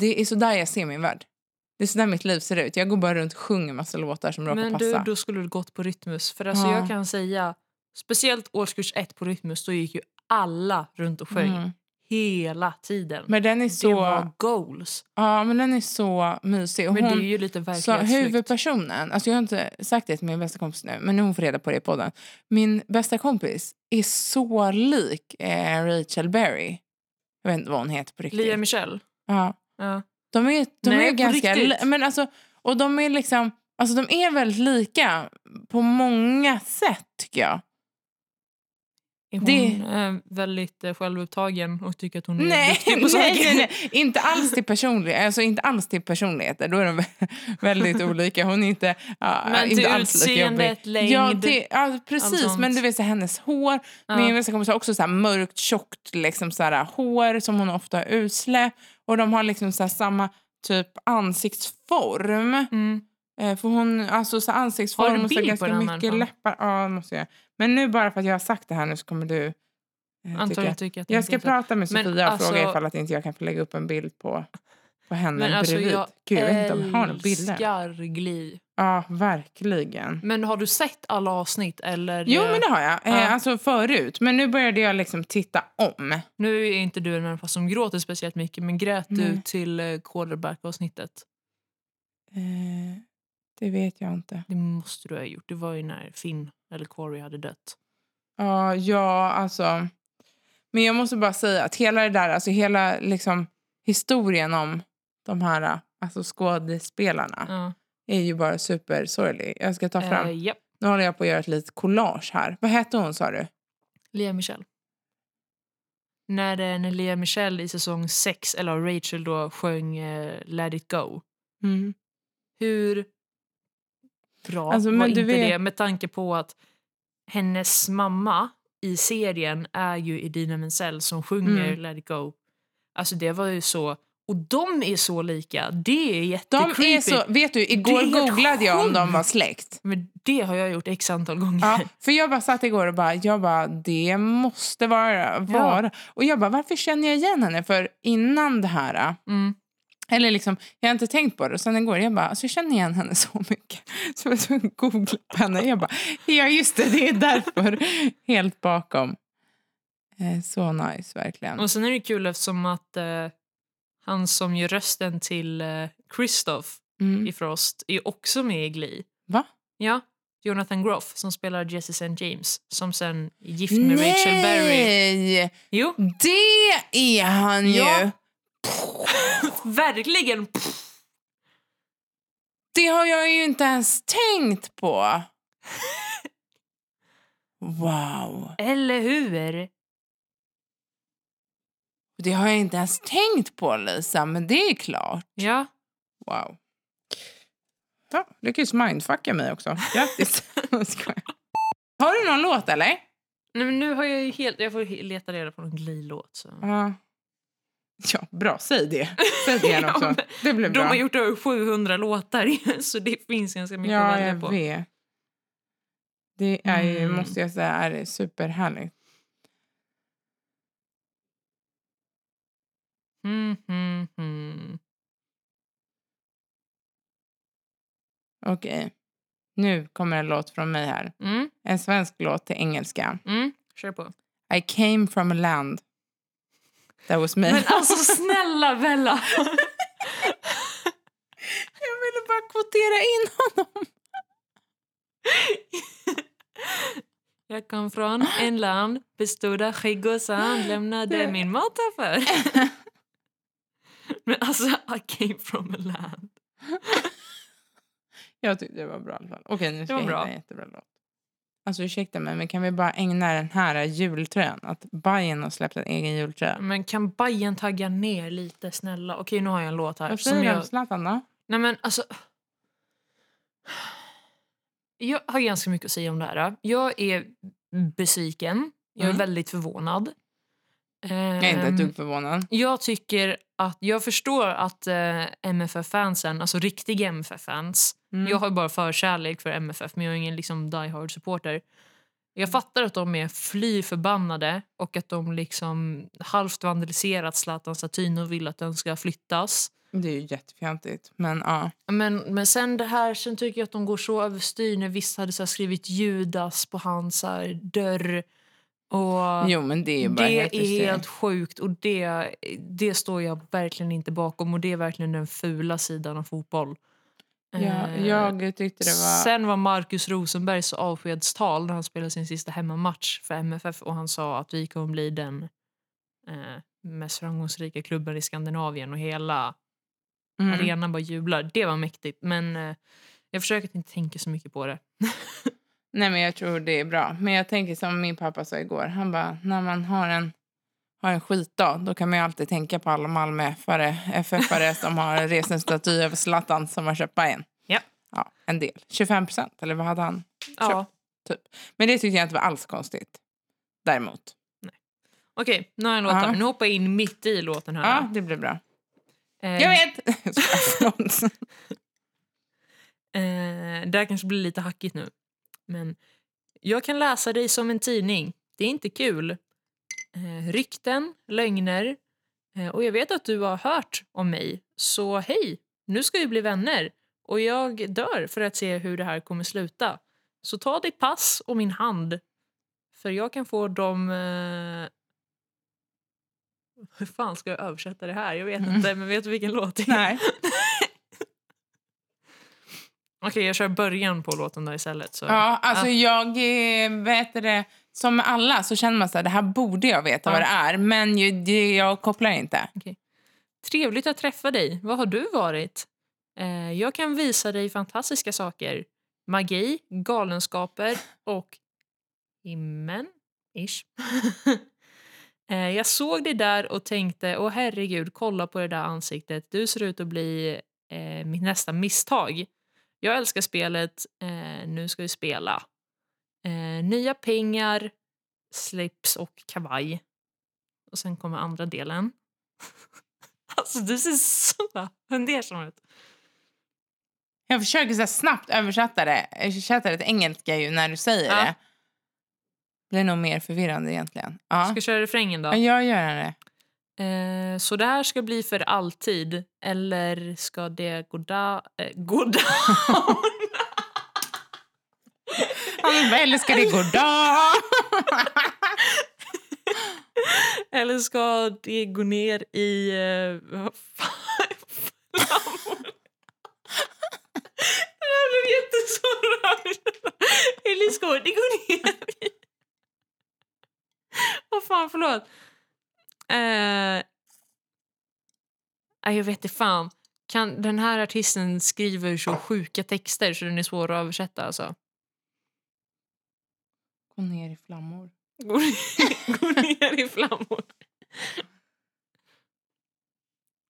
[SPEAKER 2] det är så där jag ser min värld. Det är så där mitt liv ser ut. Jag går bara runt och sjunger massa låtar som råkar
[SPEAKER 1] Men
[SPEAKER 2] passa.
[SPEAKER 1] du, då skulle du gått på Rytmus. För alltså
[SPEAKER 2] Ja.
[SPEAKER 1] jag kan säga, speciellt årskurs ett på Rytmus, då gick ju alla runt och sjöng
[SPEAKER 2] Mm.
[SPEAKER 1] hela tiden.
[SPEAKER 2] Men den är
[SPEAKER 1] Det
[SPEAKER 2] så...
[SPEAKER 1] var goals.
[SPEAKER 2] Ja, men den är så mysig. Och
[SPEAKER 1] Men det är
[SPEAKER 2] hon,
[SPEAKER 1] ju lite
[SPEAKER 2] så
[SPEAKER 1] verklighetsflykt.
[SPEAKER 2] huvudpersonen, alltså jag har inte sagt det till min bästa kompis nu, men nu hon får reda på det i podden. Min bästa kompis är så lik eh, Rachel Berry. Jag vet inte vad hon heter på riktigt.
[SPEAKER 1] Lia Michelle.
[SPEAKER 2] ja.
[SPEAKER 1] Ja.
[SPEAKER 2] De är, de
[SPEAKER 1] Nej,
[SPEAKER 2] är
[SPEAKER 1] på
[SPEAKER 2] ganska... Li-
[SPEAKER 1] riktigt.
[SPEAKER 2] men alltså, och de är liksom... Alltså de är väldigt lika på många sätt tycker jag.
[SPEAKER 1] Är hon
[SPEAKER 2] Det-
[SPEAKER 1] eh, väldigt eh, självupptagen och tycker att hon Mm, är
[SPEAKER 2] Nej,
[SPEAKER 1] duktig
[SPEAKER 2] [laughs] nej,
[SPEAKER 1] på saker?
[SPEAKER 2] nej, nej. Inte, alls till personlighet, alltså inte alls till personligheter. Då är de [laughs] väldigt olika. Hon är inte, ja,
[SPEAKER 1] [laughs] Men
[SPEAKER 2] inte
[SPEAKER 1] till
[SPEAKER 2] alls lika jobbig.
[SPEAKER 1] utseendet, längd.
[SPEAKER 2] Ja, det, ja
[SPEAKER 1] allt
[SPEAKER 2] precis.
[SPEAKER 1] sånt.
[SPEAKER 2] Men du vet, så här, hennes hår.
[SPEAKER 1] Ja.
[SPEAKER 2] Min bästa kompis har också så här, mörkt, tjockt liksom, så här, hår som hon ofta har utsläpp. Och de har liksom så här, samma typ ansiktsform.
[SPEAKER 1] Mm.
[SPEAKER 2] Eh, för hon, alltså så här, ansiktsform
[SPEAKER 1] Har du
[SPEAKER 2] och så här
[SPEAKER 1] bild på
[SPEAKER 2] ganska
[SPEAKER 1] den här
[SPEAKER 2] mycket
[SPEAKER 1] människan?
[SPEAKER 2] läppar. Ja, det måste jag. göra. Men nu bara för att jag har sagt det här nu så kommer du... Eh, tycka-
[SPEAKER 1] Antagligen tycker jag att det
[SPEAKER 2] jag
[SPEAKER 1] inte
[SPEAKER 2] ska
[SPEAKER 1] är så.
[SPEAKER 2] prata med
[SPEAKER 1] Men
[SPEAKER 2] Sofia och
[SPEAKER 1] alltså-
[SPEAKER 2] fråga ifall att inte jag kan få lägga upp en bild på, på henne
[SPEAKER 1] Men alltså
[SPEAKER 2] bredvid.
[SPEAKER 1] jag
[SPEAKER 2] Gud, jag vet inte om jag har några bilder.
[SPEAKER 1] älskar Glee.
[SPEAKER 2] Ja, verkligen.
[SPEAKER 1] Men har du sett alla avsnitt eller?
[SPEAKER 2] Jo,
[SPEAKER 1] eh,
[SPEAKER 2] men det har jag. Eh,
[SPEAKER 1] Ja.
[SPEAKER 2] Alltså förut. Men nu började jag liksom titta om.
[SPEAKER 1] Nu är inte du en människa som gråter speciellt mycket men grät
[SPEAKER 2] Nej.
[SPEAKER 1] du till eh, quarterback-avsnittet?
[SPEAKER 2] Eh, det vet jag inte.
[SPEAKER 1] Det måste du ha gjort. Det var ju när Finn eller Corey hade dött.
[SPEAKER 2] Ja, ja alltså. Men jag måste bara säga att hela det där, alltså hela liksom, historien om de här alltså skådespelarna
[SPEAKER 1] Ja.
[SPEAKER 2] är ju bara supersorglig. Jag ska ta fram.
[SPEAKER 1] Eh, japp.
[SPEAKER 2] Nu håller jag på att göra ett litet collage här. Vad hette hon sa du?
[SPEAKER 1] Lea Michelle. När, eh, när Lea Michelle i säsong 6, eller Rachel då, sjöng eh, Let it go.
[SPEAKER 2] Mm.
[SPEAKER 1] Hur bra
[SPEAKER 2] Alltså, men
[SPEAKER 1] var
[SPEAKER 2] du
[SPEAKER 1] inte
[SPEAKER 2] vet-
[SPEAKER 1] det med tanke på att hennes mamma i serien är ju Idina Menzel som sjunger
[SPEAKER 2] Mm.
[SPEAKER 1] Let it go. Alltså det var ju så... Och de är så lika. Det är
[SPEAKER 2] De
[SPEAKER 1] jättecreepy.
[SPEAKER 2] är så, vet du,
[SPEAKER 1] Det
[SPEAKER 2] igår
[SPEAKER 1] är helt
[SPEAKER 2] googlade jag om de var
[SPEAKER 1] sjukt.
[SPEAKER 2] släkt.
[SPEAKER 1] Men det har jag gjort x antal gånger.
[SPEAKER 2] Ja, för jag bara satt igår och bara, jag bara, det måste vara, vara. Och jag bara, varför känner jag igen henne? För innan det här,
[SPEAKER 1] [laughs] Mm.
[SPEAKER 2] eller liksom, jag har inte tänkt på det. Och sen igår, jag bara, alltså jag känner igen henne så mycket. [laughs] Så jag var tvungen att googla på henne. Jag bara, ja just det, det är därför. Helt bakom. Eh, Så nice, verkligen.
[SPEAKER 1] Och sen är det kul eftersom att eh, han som gör rösten till eh, Christoph
[SPEAKER 2] Mm.
[SPEAKER 1] i Frost är också med i Glee.
[SPEAKER 2] Va?
[SPEAKER 1] Ja, Jonathan Groff som spelar Jesse St. James som sen är gift med Rachel Berry.
[SPEAKER 2] Nej!
[SPEAKER 1] Jo,
[SPEAKER 2] Det är han
[SPEAKER 1] Ja.
[SPEAKER 2] ju!
[SPEAKER 1] [laughs] verkligen! Pff,
[SPEAKER 2] Det har jag ju inte ens tänkt på. Wow.
[SPEAKER 1] Eller hur?
[SPEAKER 2] Det har jag inte ens tänkt på, Lisa, men det är klart.
[SPEAKER 1] Ja.
[SPEAKER 2] Wow. Ja, lyckades mindfucka mig också. Grattis. [laughs] Jag skojar. har du någon låt, eller?
[SPEAKER 1] Nej, men nu har jag ju helt... Jag får he- leta reda på någon Glee-låt. Så.
[SPEAKER 2] Ja. Ja, bra. Säg det. Säg [laughs] det igen
[SPEAKER 1] Ja,
[SPEAKER 2] också.
[SPEAKER 1] men
[SPEAKER 2] Det blir
[SPEAKER 1] De
[SPEAKER 2] bra.
[SPEAKER 1] har gjort över 700 låtar, [laughs] så det finns ganska mycket att
[SPEAKER 2] ja,
[SPEAKER 1] välja
[SPEAKER 2] jag
[SPEAKER 1] på.
[SPEAKER 2] vet. Det är ju,
[SPEAKER 1] Mm.
[SPEAKER 2] måste jag säga, är superhärligt.
[SPEAKER 1] Mm, mm, mm.
[SPEAKER 2] Okej. Nu kommer en låt från mig här.
[SPEAKER 1] Mm,
[SPEAKER 2] En svensk låt till engelska.
[SPEAKER 1] mm. Kör på.
[SPEAKER 2] I came from a land that was made...
[SPEAKER 1] Men
[SPEAKER 2] [laughs]
[SPEAKER 1] alltså snälla Bella! [laughs]
[SPEAKER 2] jag ville bara kvotera in honom.
[SPEAKER 1] Jag kom från en land bestod av skägg och sand lämnade min mat därför. Men alltså, I came from a land.
[SPEAKER 2] Jag tyckte det var bra i alla fall. Okej, nu ska
[SPEAKER 1] var
[SPEAKER 2] jag hitta
[SPEAKER 1] bra.
[SPEAKER 2] en jättebra låt. Alltså ursäkta mig, men kan vi bara ägna den här jultrön? Att Bajen har släppt en egen jultrö.
[SPEAKER 1] Men kan Bajen tagga ner lite snälla? Okej, nu har jag en låt här.
[SPEAKER 2] Vad
[SPEAKER 1] Som
[SPEAKER 2] säger du om
[SPEAKER 1] jag...
[SPEAKER 2] Zlatan då?
[SPEAKER 1] Nej men alltså... Jag har ganska mycket att säga om det här. Jag är besviken. Jag är
[SPEAKER 2] Mm.
[SPEAKER 1] väldigt förvånad.
[SPEAKER 2] Jag är inte
[SPEAKER 1] Ehm,
[SPEAKER 2] ett dugg förvånad.
[SPEAKER 1] Jag tycker att jag förstår att eh, MFF-fansen, alltså riktiga MFF-fans,
[SPEAKER 2] Mm.
[SPEAKER 1] jag har ju bara förkärlek för MFF men jag är ingen liksom die hard supporter.
[SPEAKER 2] Mm.
[SPEAKER 1] Jag fattar att de är fly förbannade och att de liksom halvt vandaliserat Zlatans statyn och vill att den ska flyttas.
[SPEAKER 2] Det är ju jättefjantigt, men ja.
[SPEAKER 1] Men, men sen det här, sen tycker jag att de går så överstyr när vissa hade så här skrivit Judas på hans så här dörr. Och
[SPEAKER 2] Jo, men det är ju bara
[SPEAKER 1] det
[SPEAKER 2] helt
[SPEAKER 1] är
[SPEAKER 2] hysteriskt.
[SPEAKER 1] helt sjukt och det, det står jag verkligen inte bakom och det är verkligen den fula sidan av fotboll.
[SPEAKER 2] Ja,
[SPEAKER 1] Eh,
[SPEAKER 2] jag tyckte det var...
[SPEAKER 1] Sen var Markus Rosenbergs avskedstal när han spelade sin sista hemmamatch för MFF och han sa att vi kommer bli den eh, mest framgångsrika klubben i Skandinavien och hela
[SPEAKER 2] Mm.
[SPEAKER 1] arenan bara jublar. Det var mäktigt men eh, jag försöker att inte tänka så mycket på det.
[SPEAKER 2] Nej, men jag tror det är bra. Men jag tänker som min pappa sa igår. Han bara, när man har en, har en skitdag, då kan man ju alltid tänka på alla Malmö-FFare
[SPEAKER 1] [laughs]
[SPEAKER 2] FFare som har rest en staty över Zlatan som har köpt Bajen.
[SPEAKER 1] Ja.
[SPEAKER 2] ja. En del. 25 procent, eller vad hade han?
[SPEAKER 1] Ja.
[SPEAKER 2] Men det tyckte jag inte var alls konstigt. Däremot.
[SPEAKER 1] Okej, nu har jag en låt
[SPEAKER 2] Ja.
[SPEAKER 1] här. Nu hoppar jag in mitt i låten
[SPEAKER 2] Ja,
[SPEAKER 1] här.
[SPEAKER 2] det blir bra.
[SPEAKER 1] Eh,
[SPEAKER 2] Jag vet! [laughs] Förlåt.
[SPEAKER 1] Eh, det här kanske blir lite hackigt nu. Men jag kan läsa dig som en tidning. Det är inte kul. Eh, rykten, lögner. Eh, och jag vet att du har hört om mig. Så hej, nu ska vi bli vänner. Och jag dör för att se hur det här kommer sluta. Så ta ditt pass och min hand. För jag kan få dem... Eh... [laughs] Hur fan ska jag översätta det här? Jag vet
[SPEAKER 2] Mm.
[SPEAKER 1] inte, men vet du vilken låt det är?
[SPEAKER 2] Nej.
[SPEAKER 1] Okej, jag kör början på låten där istället. Så.
[SPEAKER 2] Ja, alltså
[SPEAKER 1] Ah.
[SPEAKER 2] jag, eh, vad heter det, som med alla så känner man så här, det här borde jag veta
[SPEAKER 1] Ja.
[SPEAKER 2] vad det är. Men ju, det, jag kopplar inte.
[SPEAKER 1] Trevligt att träffa dig. Vad har du varit? Eh, jag kan visa dig fantastiska saker. Magi, galenskaper och himlen. Ish. [laughs] eh, jag såg dig där och tänkte, åh herregud, kolla på det där ansiktet. Du ser ut att bli eh, mitt nästa misstag. Jag älskar spelet. Eh, nu ska vi spela. Eh, nya pengar, slips och kavaj. Och sen kommer andra delen. [laughs] Alltså du ser så fundersam ut.
[SPEAKER 2] Jag försöker så här snabbt översätta det, översätta det till engelska ju när du säger
[SPEAKER 1] Ja.
[SPEAKER 2] det. Det blir nog mer förvirrande egentligen. Ja,
[SPEAKER 1] Ska jag köra refrängen då?
[SPEAKER 2] ja jag gör det.
[SPEAKER 1] Eh, så det här ska bli för alltid eller ska det gå, da- eh, gå [laughs] down?
[SPEAKER 2] Han bara, eller ska det gå dag?
[SPEAKER 1] eller ska det gå ner i... Eh, vad fan? Flammor. det här blev jättesvårt. eller ska det gå ner i... Vad fan, förlåt. Eh, Nej, jag vet inte fan. Kan, den här artisten skriver så sjuka texter så den är svår att översätta. Alltså.
[SPEAKER 2] Gå ner i flammor.
[SPEAKER 1] Går, [laughs] går ner i flammor.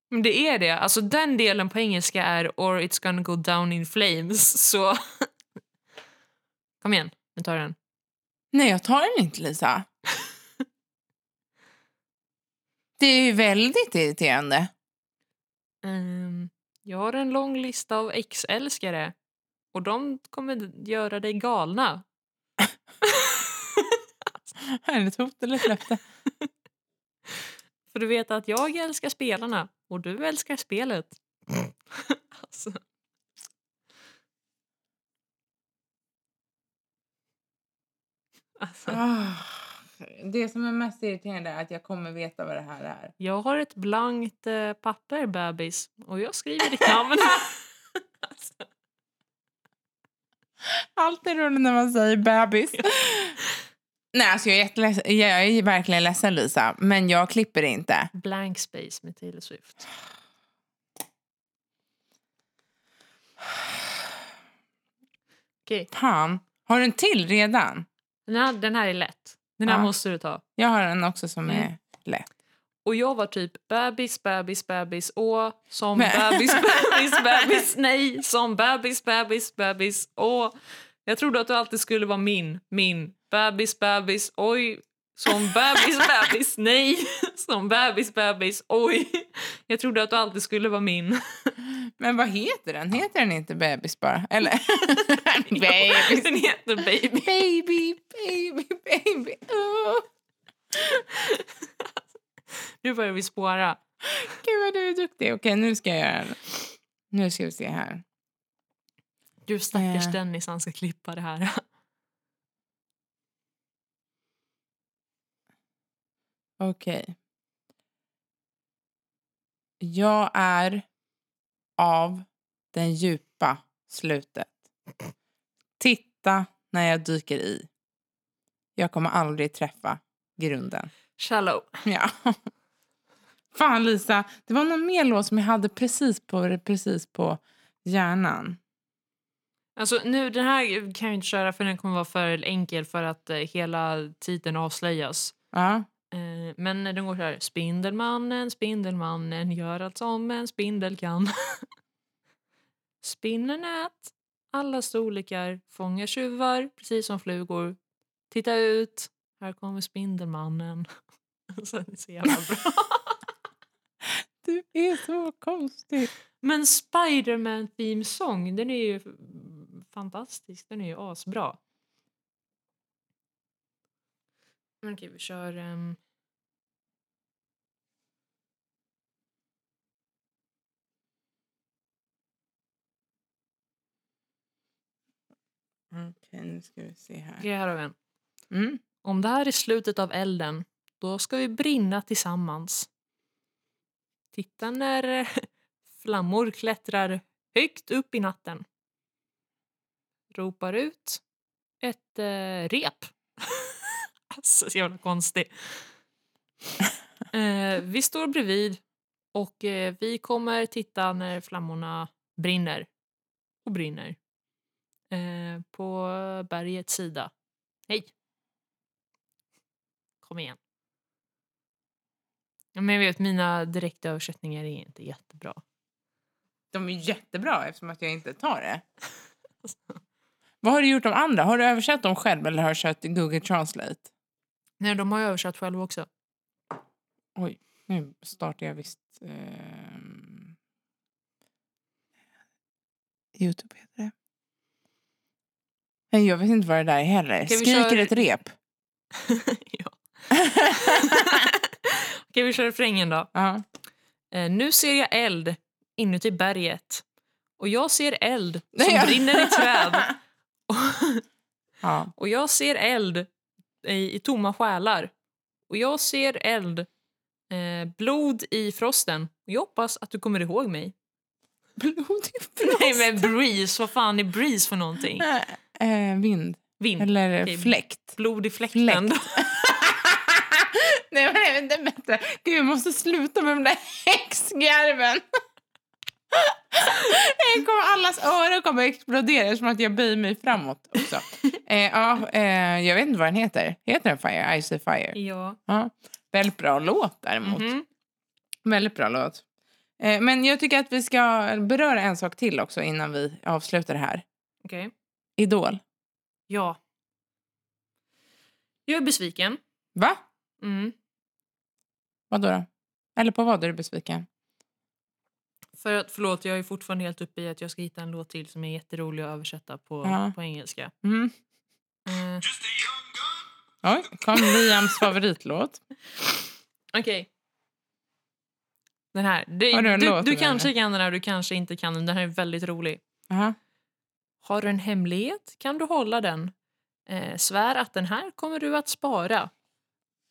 [SPEAKER 1] Men det är det. Alltså Den delen på engelska är or it's gonna go down in flames. Så Kom igen, nu tar jag den.
[SPEAKER 2] Nej, jag tar den inte, Lisa. Det är ju väldigt irriterande.
[SPEAKER 1] Ehm, jag har en lång lista av ex-älskare och de kommer göra dig galna.
[SPEAKER 2] Är det ett hot eller ett löfte?
[SPEAKER 1] För du vet att jag älskar spelarna och du älskar spelet. [laughs] alltså. Alltså,
[SPEAKER 2] Ah, Det som är mest irriterande är att jag kommer veta vad det här är.
[SPEAKER 1] jag har ett blankt eh, papper, bebis, och jag skriver ditt namn. alltså,
[SPEAKER 2] Allt är roligt när man säger bebis. Nej, alltså jag är, jätteledsen- jag är verkligen ledsen, Lisa, men jag klipper inte.
[SPEAKER 1] blank space med Taylor Swift. Okej,
[SPEAKER 2] Fan, har du en till redan?
[SPEAKER 1] den, här, den här är lätt. Den här
[SPEAKER 2] Ja.
[SPEAKER 1] måste du ta.
[SPEAKER 2] Jag har en också som
[SPEAKER 1] Mm.
[SPEAKER 2] är lätt.
[SPEAKER 1] Och jag var typ bebis, bebis, bebis, åh, som
[SPEAKER 2] Men-
[SPEAKER 1] bebis, bebis, bebis, nej, som bebis, bebis, bebis, åh. Jag trodde att du alltid skulle vara min, min, bebis, bebis, oj, som bebis, bebis, nej, som bebis, bebis, oj. Jag trodde att du alltid skulle vara min.
[SPEAKER 2] Men vad heter den? Heter den inte bebis bara? [laughs] Eller? Bebis.
[SPEAKER 1] Den heter baby.
[SPEAKER 2] Baby, baby, baby. Oh,
[SPEAKER 1] Nu börjar vi spåra.
[SPEAKER 2] gud vad du är duktig. Okej, nu ska jag göra en. Nu ska vi se här.
[SPEAKER 1] Du stackars
[SPEAKER 2] Eh.
[SPEAKER 1] Dennis, han ska klippa det här.
[SPEAKER 2] Okej. Jag är av den djupa slutet. Titta när jag dyker i. Jag kommer aldrig träffa grunden. [laughs]
[SPEAKER 1] Shallow.
[SPEAKER 2] Ja. Fan, Lisa. Det var någon mer låt som jag hade precis på, precis på hjärnan.
[SPEAKER 1] Alltså nu, den här kan jag inte köra för den kommer vara för enkel för att eh, hela titeln avslöjas.
[SPEAKER 2] Ja.
[SPEAKER 1] Eh, men den går så här. Spindelmannen, Spindelmannen gör allt som en spindel kan. [laughs] Spinner nät, alla storlekar, fångar tjuvar precis som flugor. Titta ut, här kommer Spindelmannen. [laughs] Alltså, det är så jävla bra.
[SPEAKER 2] Du är så konstig.
[SPEAKER 1] Men Spiderman Theme Song, den är ju fantastisk. Den är ju asbra. Men okej, vi kör... ehm,
[SPEAKER 2] Okej, nu ska vi se här.
[SPEAKER 1] Okej, här har vi en.
[SPEAKER 2] Mm.
[SPEAKER 1] Om det här är slutet av elden, då ska vi brinna tillsammans. Titta när [laughs] eh, flammor klättrar högt upp i natten. [laughs] Ropar ut ett eh, rep. Så jävla konstig. Eh, vi står bredvid och eh, vi kommer titta när flammorna brinner. Och brinner. Eh, på bergets sida. Hej! Kom igen. Ja, Men jag vet, mina direktöversättningar är inte jättebra.
[SPEAKER 2] De är jättebra eftersom att jag inte
[SPEAKER 1] [laughs]
[SPEAKER 2] tar det.
[SPEAKER 1] Alltså.
[SPEAKER 2] Vad har du gjort de andra? Har du översatt dem själv eller har du kört Google Translate?
[SPEAKER 1] Nej, de har ju översatt själva också. [laughs]
[SPEAKER 2] Oj, nu startar jag visst... ehm, Youtube heter det. Nej, jag vet inte vad det där är heller.
[SPEAKER 1] Ska vi
[SPEAKER 2] Skriker
[SPEAKER 1] köra- [laughs]
[SPEAKER 2] ett rep. [laughs]
[SPEAKER 1] ja. Okej, vi kör refrängen då.
[SPEAKER 2] Ja.
[SPEAKER 1] Eh, nu ser jag eld inuti berget. Och jag ser eld som
[SPEAKER 2] Nej, ja.
[SPEAKER 1] brinner i
[SPEAKER 2] [laughs]
[SPEAKER 1] träd.
[SPEAKER 2] ja.
[SPEAKER 1] [laughs] Och jag ser eld eh, i, i tomma själar. Och jag ser eld, eh, blod i frosten. Och jag hoppas att du kommer ihåg mig.
[SPEAKER 2] Blodig
[SPEAKER 1] Nej men breeze, vad fan är breeze för
[SPEAKER 2] [laughs]
[SPEAKER 1] någonting?
[SPEAKER 2] eh, Vind.
[SPEAKER 1] Vind.
[SPEAKER 2] Eller
[SPEAKER 1] Okej.
[SPEAKER 2] fläkt.
[SPEAKER 1] Blod i fläkten.
[SPEAKER 2] [laughs] Nej, men det är bättre. Gud, vi måste sluta med de där häxgarven. [laughs] Jag kommer, allas öron kommer explodera eftersom att jag böjer mig framåt också. eh, ja, eh, jag vet inte vad den heter. Heter den Fire? I see fire.
[SPEAKER 1] [laughs] ja.
[SPEAKER 2] Ja. Väldigt bra låt däremot.
[SPEAKER 1] Mhm.
[SPEAKER 2] Väldigt bra låt. Eh, men jag tycker att vi ska beröra en sak till också innan vi avslutar det här.
[SPEAKER 1] Okej.
[SPEAKER 2] Idol.
[SPEAKER 1] Ja. Jag är besviken.
[SPEAKER 2] Va?
[SPEAKER 1] Mm.
[SPEAKER 2] Vad då? Eller på vad är du besviken?
[SPEAKER 1] För att, förlåt, jag är fortfarande helt uppe i att jag ska hitta en låt till som är jätterolig att översätta på,
[SPEAKER 2] Ja.
[SPEAKER 1] på engelska.
[SPEAKER 2] Mm.
[SPEAKER 1] Eh,
[SPEAKER 2] Oj, kom Liams favoritlåt.
[SPEAKER 1] Okej. Den här. Det,
[SPEAKER 2] Har du
[SPEAKER 1] du
[SPEAKER 2] en
[SPEAKER 1] du,
[SPEAKER 2] låt, eller?
[SPEAKER 1] kanske kan den här, du kanske inte kan den. Den här är väldigt rolig.
[SPEAKER 2] Aha.
[SPEAKER 1] Har du en hemlighet kan du hålla den. Eh, svär att den här kommer du att spara.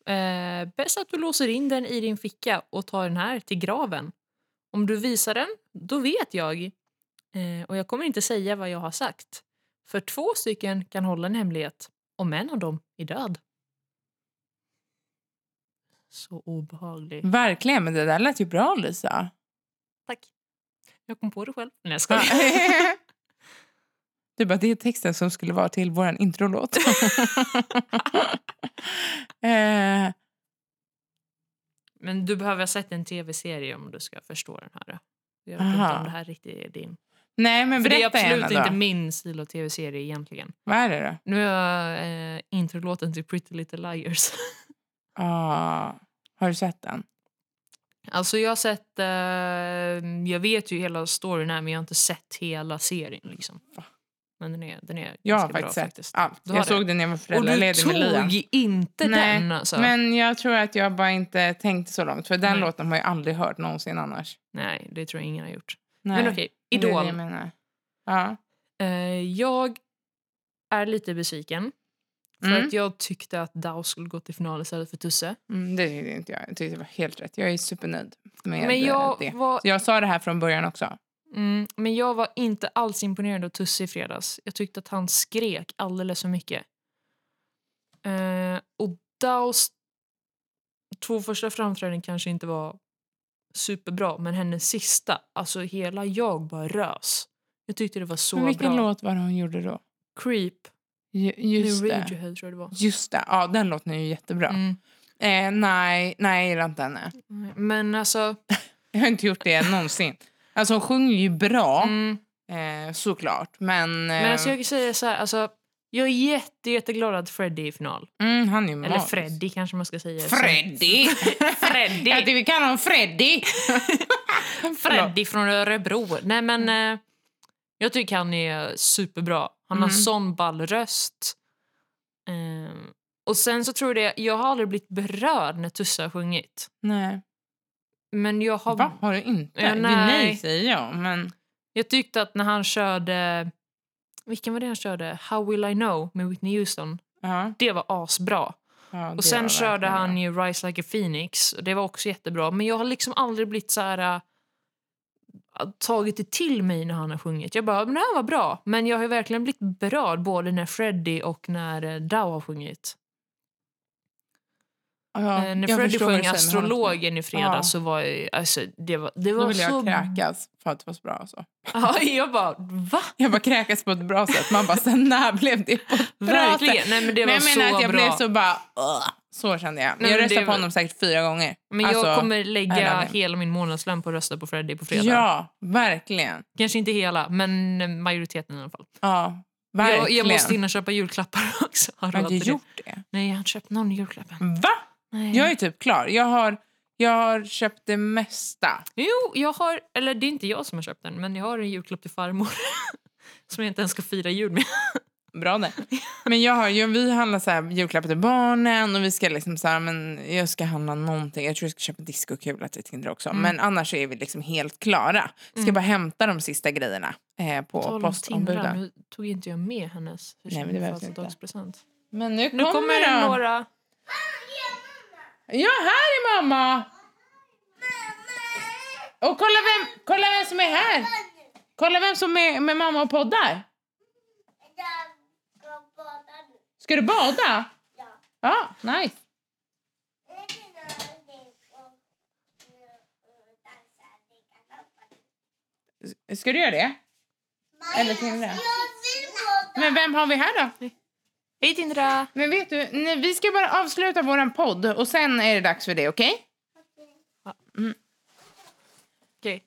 [SPEAKER 1] Eh, bäst att du låser in den i din ficka och tar den här till graven. Om du visar den, då vet jag. Eh, och jag kommer inte säga vad jag har sagt. För två stycken kan hålla en hemlighet, om en av dem är död. Så obehaglig.
[SPEAKER 2] Mm. Verkligen, men det där lät ju bra, Lisa.
[SPEAKER 1] Tack. Jag kom på det själv. Nej, jag
[SPEAKER 2] Ja.
[SPEAKER 1] skojar.
[SPEAKER 2] [laughs] du bara, det är texten som skulle vara till vår introlåt.
[SPEAKER 1] [laughs]
[SPEAKER 2] eh,
[SPEAKER 1] Men du behöver ha sett en tv-serie om du ska förstå den här. Jag vet
[SPEAKER 2] Aha.
[SPEAKER 1] inte om det här riktigt är din.
[SPEAKER 2] nej, men
[SPEAKER 1] För det är
[SPEAKER 2] berätta
[SPEAKER 1] absolut
[SPEAKER 2] gärna då.
[SPEAKER 1] inte min stil av tv-serie egentligen.
[SPEAKER 2] Vad är det då?
[SPEAKER 1] Nu är jag eh, introlåten till Pretty Little Liars. [laughs]
[SPEAKER 2] Ah, har du sett den?
[SPEAKER 1] alltså jag har sett, eh, jag vet ju hela storyn här men jag har inte sett hela serien liksom.
[SPEAKER 2] Va?
[SPEAKER 1] Men den är, den är
[SPEAKER 2] Jag har
[SPEAKER 1] ganska
[SPEAKER 2] faktiskt
[SPEAKER 1] bra
[SPEAKER 2] sett
[SPEAKER 1] faktiskt.
[SPEAKER 2] allt.
[SPEAKER 1] Du
[SPEAKER 2] jag
[SPEAKER 1] har det.
[SPEAKER 2] såg den när jag var
[SPEAKER 1] Och du
[SPEAKER 2] föräldraledig med Liam.
[SPEAKER 1] tog inte
[SPEAKER 2] Nej,
[SPEAKER 1] den alltså.
[SPEAKER 2] Men jag tror att jag bara inte tänkte så långt. För den
[SPEAKER 1] Nej.
[SPEAKER 2] låten har jag aldrig hört någonsin annars.
[SPEAKER 1] Nej, det tror jag ingen har gjort.
[SPEAKER 2] Nej.
[SPEAKER 1] Men okej,
[SPEAKER 2] Det är
[SPEAKER 1] Idol.
[SPEAKER 2] Det jag menar. Ja.
[SPEAKER 1] Eh, jag är lite besviken. För
[SPEAKER 2] Mm.
[SPEAKER 1] att jag tyckte att Dow skulle gå till final istället för Tusse.
[SPEAKER 2] Mm, det tyckte inte jag. Jag tyckte det var helt rätt. Jag är supernöjd med
[SPEAKER 1] Men
[SPEAKER 2] jag
[SPEAKER 1] jag
[SPEAKER 2] det.
[SPEAKER 1] var
[SPEAKER 2] Så jag sa det här från början också.
[SPEAKER 1] Mm, men jag var inte alls imponerad av Tusse i fredags. Jag tyckte att han skrek alldeles för mycket. Eh, och Daos två första framträdanden kanske inte var superbra, men hennes sista, alltså hela jag bara rös. Jag tyckte det var så
[SPEAKER 2] Men vilken
[SPEAKER 1] bra.
[SPEAKER 2] låt var det hon gjorde då?
[SPEAKER 1] Creep
[SPEAKER 2] Ju- Just
[SPEAKER 1] med
[SPEAKER 2] det.
[SPEAKER 1] Radiohead tror jag det var.
[SPEAKER 2] Just det. Ja, den låten är ju jättebra.
[SPEAKER 1] Mm.
[SPEAKER 2] Eh, nej, nej, jag gillar inte henne.
[SPEAKER 1] Men alltså,
[SPEAKER 2] Jag har inte gjort det någonsin. Alltså hon sjunger ju bra,
[SPEAKER 1] mm,
[SPEAKER 2] eh, såklart. Men, eh,
[SPEAKER 1] men alltså jag kan säga så här, alltså, jag är jätte, jätteglad att Freddy är i final.
[SPEAKER 2] mm, han är ju
[SPEAKER 1] Eller
[SPEAKER 2] magisk.
[SPEAKER 1] Freddy alltså. kanske man ska säga. [laughs]
[SPEAKER 2] Freddy! [laughs]
[SPEAKER 1] Freddy!
[SPEAKER 2] Jag tycker vi kallar
[SPEAKER 1] [laughs]
[SPEAKER 2] honom Freddy!
[SPEAKER 1] Freddy från Örebro. Nej, men, eh, jag tycker han är superbra. Han har
[SPEAKER 2] Mm.
[SPEAKER 1] sån ball röst. Eh, och sen så tror jag, jag har aldrig blivit berörd när Tusse har sjungit.
[SPEAKER 2] Nej.
[SPEAKER 1] Men jag,
[SPEAKER 2] Va?
[SPEAKER 1] har,
[SPEAKER 2] Har du inte?
[SPEAKER 1] Ja,
[SPEAKER 2] Det är
[SPEAKER 1] nej.
[SPEAKER 2] nej säger jag. Men...
[SPEAKER 1] jag tyckte att när han körde... Vilken var det han körde? How will I know med Whitney Houston.
[SPEAKER 2] Ja,
[SPEAKER 1] Det var asbra.
[SPEAKER 2] ja, det
[SPEAKER 1] Och sen
[SPEAKER 2] var
[SPEAKER 1] körde
[SPEAKER 2] verkligen bra.
[SPEAKER 1] han ju Rise Like a Phoenix. Och det var också jättebra. Men jag har liksom aldrig blivit så här äh, tagit det till mig när han har sjungit. Jag bara, men det här var bra. Men jag har ju verkligen blivit berörd både när Freddie och när eh, Dow har sjungit.
[SPEAKER 2] Ja,
[SPEAKER 1] Eh, när
[SPEAKER 2] jag
[SPEAKER 1] Freddie
[SPEAKER 2] förstår vad du
[SPEAKER 1] sjöng
[SPEAKER 2] känner,
[SPEAKER 1] Astrologen i fredags
[SPEAKER 2] Ja.
[SPEAKER 1] så var jag, alltså, det var, det
[SPEAKER 2] Då
[SPEAKER 1] var
[SPEAKER 2] vill jag
[SPEAKER 1] så...
[SPEAKER 2] kräkas för att det var så bra. Alltså.
[SPEAKER 1] [laughs] Ja, jag bara, va?
[SPEAKER 2] Jag bara kräkas på ett bra sätt. Man bara, sen när blev det på ett bra sätt?
[SPEAKER 1] Verkligen. Nej, men det
[SPEAKER 2] Men jag
[SPEAKER 1] var
[SPEAKER 2] menar
[SPEAKER 1] så
[SPEAKER 2] att jag
[SPEAKER 1] bra.
[SPEAKER 2] blev så bara... "Ugh." Så kände jag. Men
[SPEAKER 1] Nej,
[SPEAKER 2] jag
[SPEAKER 1] men
[SPEAKER 2] röstade
[SPEAKER 1] det-
[SPEAKER 2] på honom säkert fyra gånger.
[SPEAKER 1] Men
[SPEAKER 2] Alltså,
[SPEAKER 1] jag kommer lägga
[SPEAKER 2] love him.
[SPEAKER 1] hela min månadslön på att rösta på Freddie på fredag.
[SPEAKER 2] Ja, verkligen.
[SPEAKER 1] Kanske inte hela, men majoriteten i alla fall.
[SPEAKER 2] Ja,
[SPEAKER 1] Jag,
[SPEAKER 2] verkligen.
[SPEAKER 1] jag måste hinna köpa julklappar [laughs] också. Har råd
[SPEAKER 2] Har du
[SPEAKER 1] till det.
[SPEAKER 2] gjort det?
[SPEAKER 1] Nej, jag har inte köpt någon julklapp än.
[SPEAKER 2] Va?
[SPEAKER 1] Nej.
[SPEAKER 2] Jag är typ klar. Jag har, jag har köpt det mesta.
[SPEAKER 1] Jo, jag har... Eller det är inte jag som har köpt den, men jag har en julklapp till farmor. [laughs] som jag inte ens ska fira jul
[SPEAKER 2] [laughs]
[SPEAKER 1] med.
[SPEAKER 2] Bra det. Men jag har, ju- vi handlar så här, julklappar till barnen och vi ska liksom så här, men jag ska handla någonting. Jag tror jag ska köpa en diskokula till Tinder också. Men annars är vi liksom helt klara. Ska bara hämta de sista grejerna
[SPEAKER 1] Tal
[SPEAKER 2] eh, på
[SPEAKER 1] om Tindra,
[SPEAKER 2] postombuden.
[SPEAKER 1] nu tog inte jag med hennes
[SPEAKER 2] Nej, men det behövs inte.
[SPEAKER 1] födelsedagspresent.
[SPEAKER 2] Men nu
[SPEAKER 1] Nu
[SPEAKER 2] kommer,
[SPEAKER 1] kommer det
[SPEAKER 2] de.
[SPEAKER 1] några...
[SPEAKER 2] Ja, här är mamma! Och kolla vem, kolla vem som är här! Kolla vem som är med mamma och poddar. Ska du bada? Ja, nice. Ska du göra det? Eller Tindra? Men vem har vi här då?
[SPEAKER 1] Hej Tindra!
[SPEAKER 2] Men vet du, nej, vi ska bara avsluta våran podd och sen är det dags för det, okej?
[SPEAKER 1] Okej.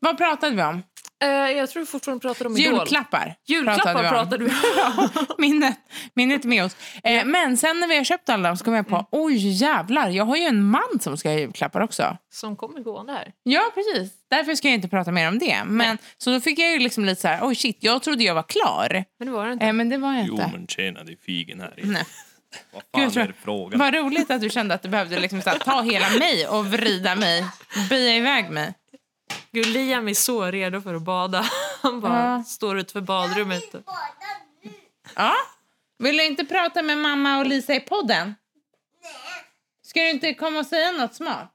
[SPEAKER 2] Vad pratade vi om?
[SPEAKER 1] Eh, jag tror vi fortfarande pratar om Idol.
[SPEAKER 2] Julklappar.
[SPEAKER 1] Julklappar pratade vi om.
[SPEAKER 2] [laughs] minnet, minnet med oss. Eh, men sen när vi har köpt alla dem så kom jag på, oj jävlar, jag har ju en man som ska ha julklappar också.
[SPEAKER 1] som kommer gående här.
[SPEAKER 2] Ja, precis. Därför ska jag inte prata mer om det. Men, så då fick jag ju liksom lite så här, oj shit, jag trodde jag var klar.
[SPEAKER 1] Men det var det inte.
[SPEAKER 2] Eh, men det var jag
[SPEAKER 3] Jo
[SPEAKER 2] inte.
[SPEAKER 3] men tjena det är figen här
[SPEAKER 2] Nej.
[SPEAKER 3] Vad
[SPEAKER 2] Gud,
[SPEAKER 3] fan
[SPEAKER 2] jag tror-
[SPEAKER 3] är det frågan?
[SPEAKER 2] Vad roligt att du kände att du behövde liksom så här, ta hela mig och vrida mig, böja iväg mig.
[SPEAKER 1] Gud, Liam är så redo för att bada. [laughs] Han bara
[SPEAKER 2] Ja.
[SPEAKER 1] står utanför badrummet.
[SPEAKER 2] Ja. Vill du inte prata med mamma och Lisa i podden? Ska du inte komma och säga något smart?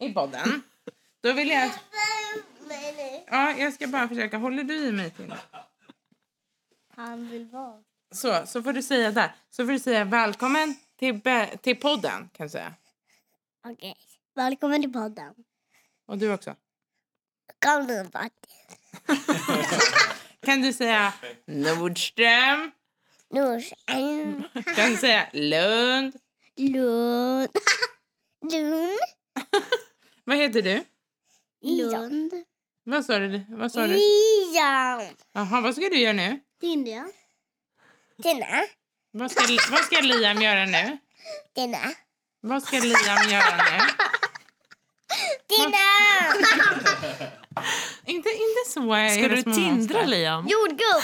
[SPEAKER 2] I podden? Då vill jag... Ja, jag ska bara försöka. Håller du i mig till?
[SPEAKER 4] Han vill vara.
[SPEAKER 2] Så, så får du säga där. Så får du säga välkommen till, be- till podden, kan du säga.
[SPEAKER 4] Okej. Välkommen till podden.
[SPEAKER 2] Och du också.
[SPEAKER 4] Kom nu, Matti.
[SPEAKER 2] Kan du säga Nordström?
[SPEAKER 4] Norsen.
[SPEAKER 2] Kan du säga Lund?
[SPEAKER 4] Lund. Lund.
[SPEAKER 2] Vad heter du?
[SPEAKER 4] Lund.
[SPEAKER 2] Vad sa du? Vad sa du?
[SPEAKER 4] Liam.
[SPEAKER 2] Jaha, vad ska du göra nu?
[SPEAKER 4] Tina. Tina.
[SPEAKER 2] Vad ska, vad ska Liam göra nu?
[SPEAKER 4] Tina.
[SPEAKER 2] Vad ska Liam göra nu?
[SPEAKER 4] Tina.
[SPEAKER 2] [laughs] Inte, inte så. är
[SPEAKER 1] Ska
[SPEAKER 2] era
[SPEAKER 1] du
[SPEAKER 2] små
[SPEAKER 1] tindra
[SPEAKER 2] monster.
[SPEAKER 1] Liam?
[SPEAKER 4] Jordgubb.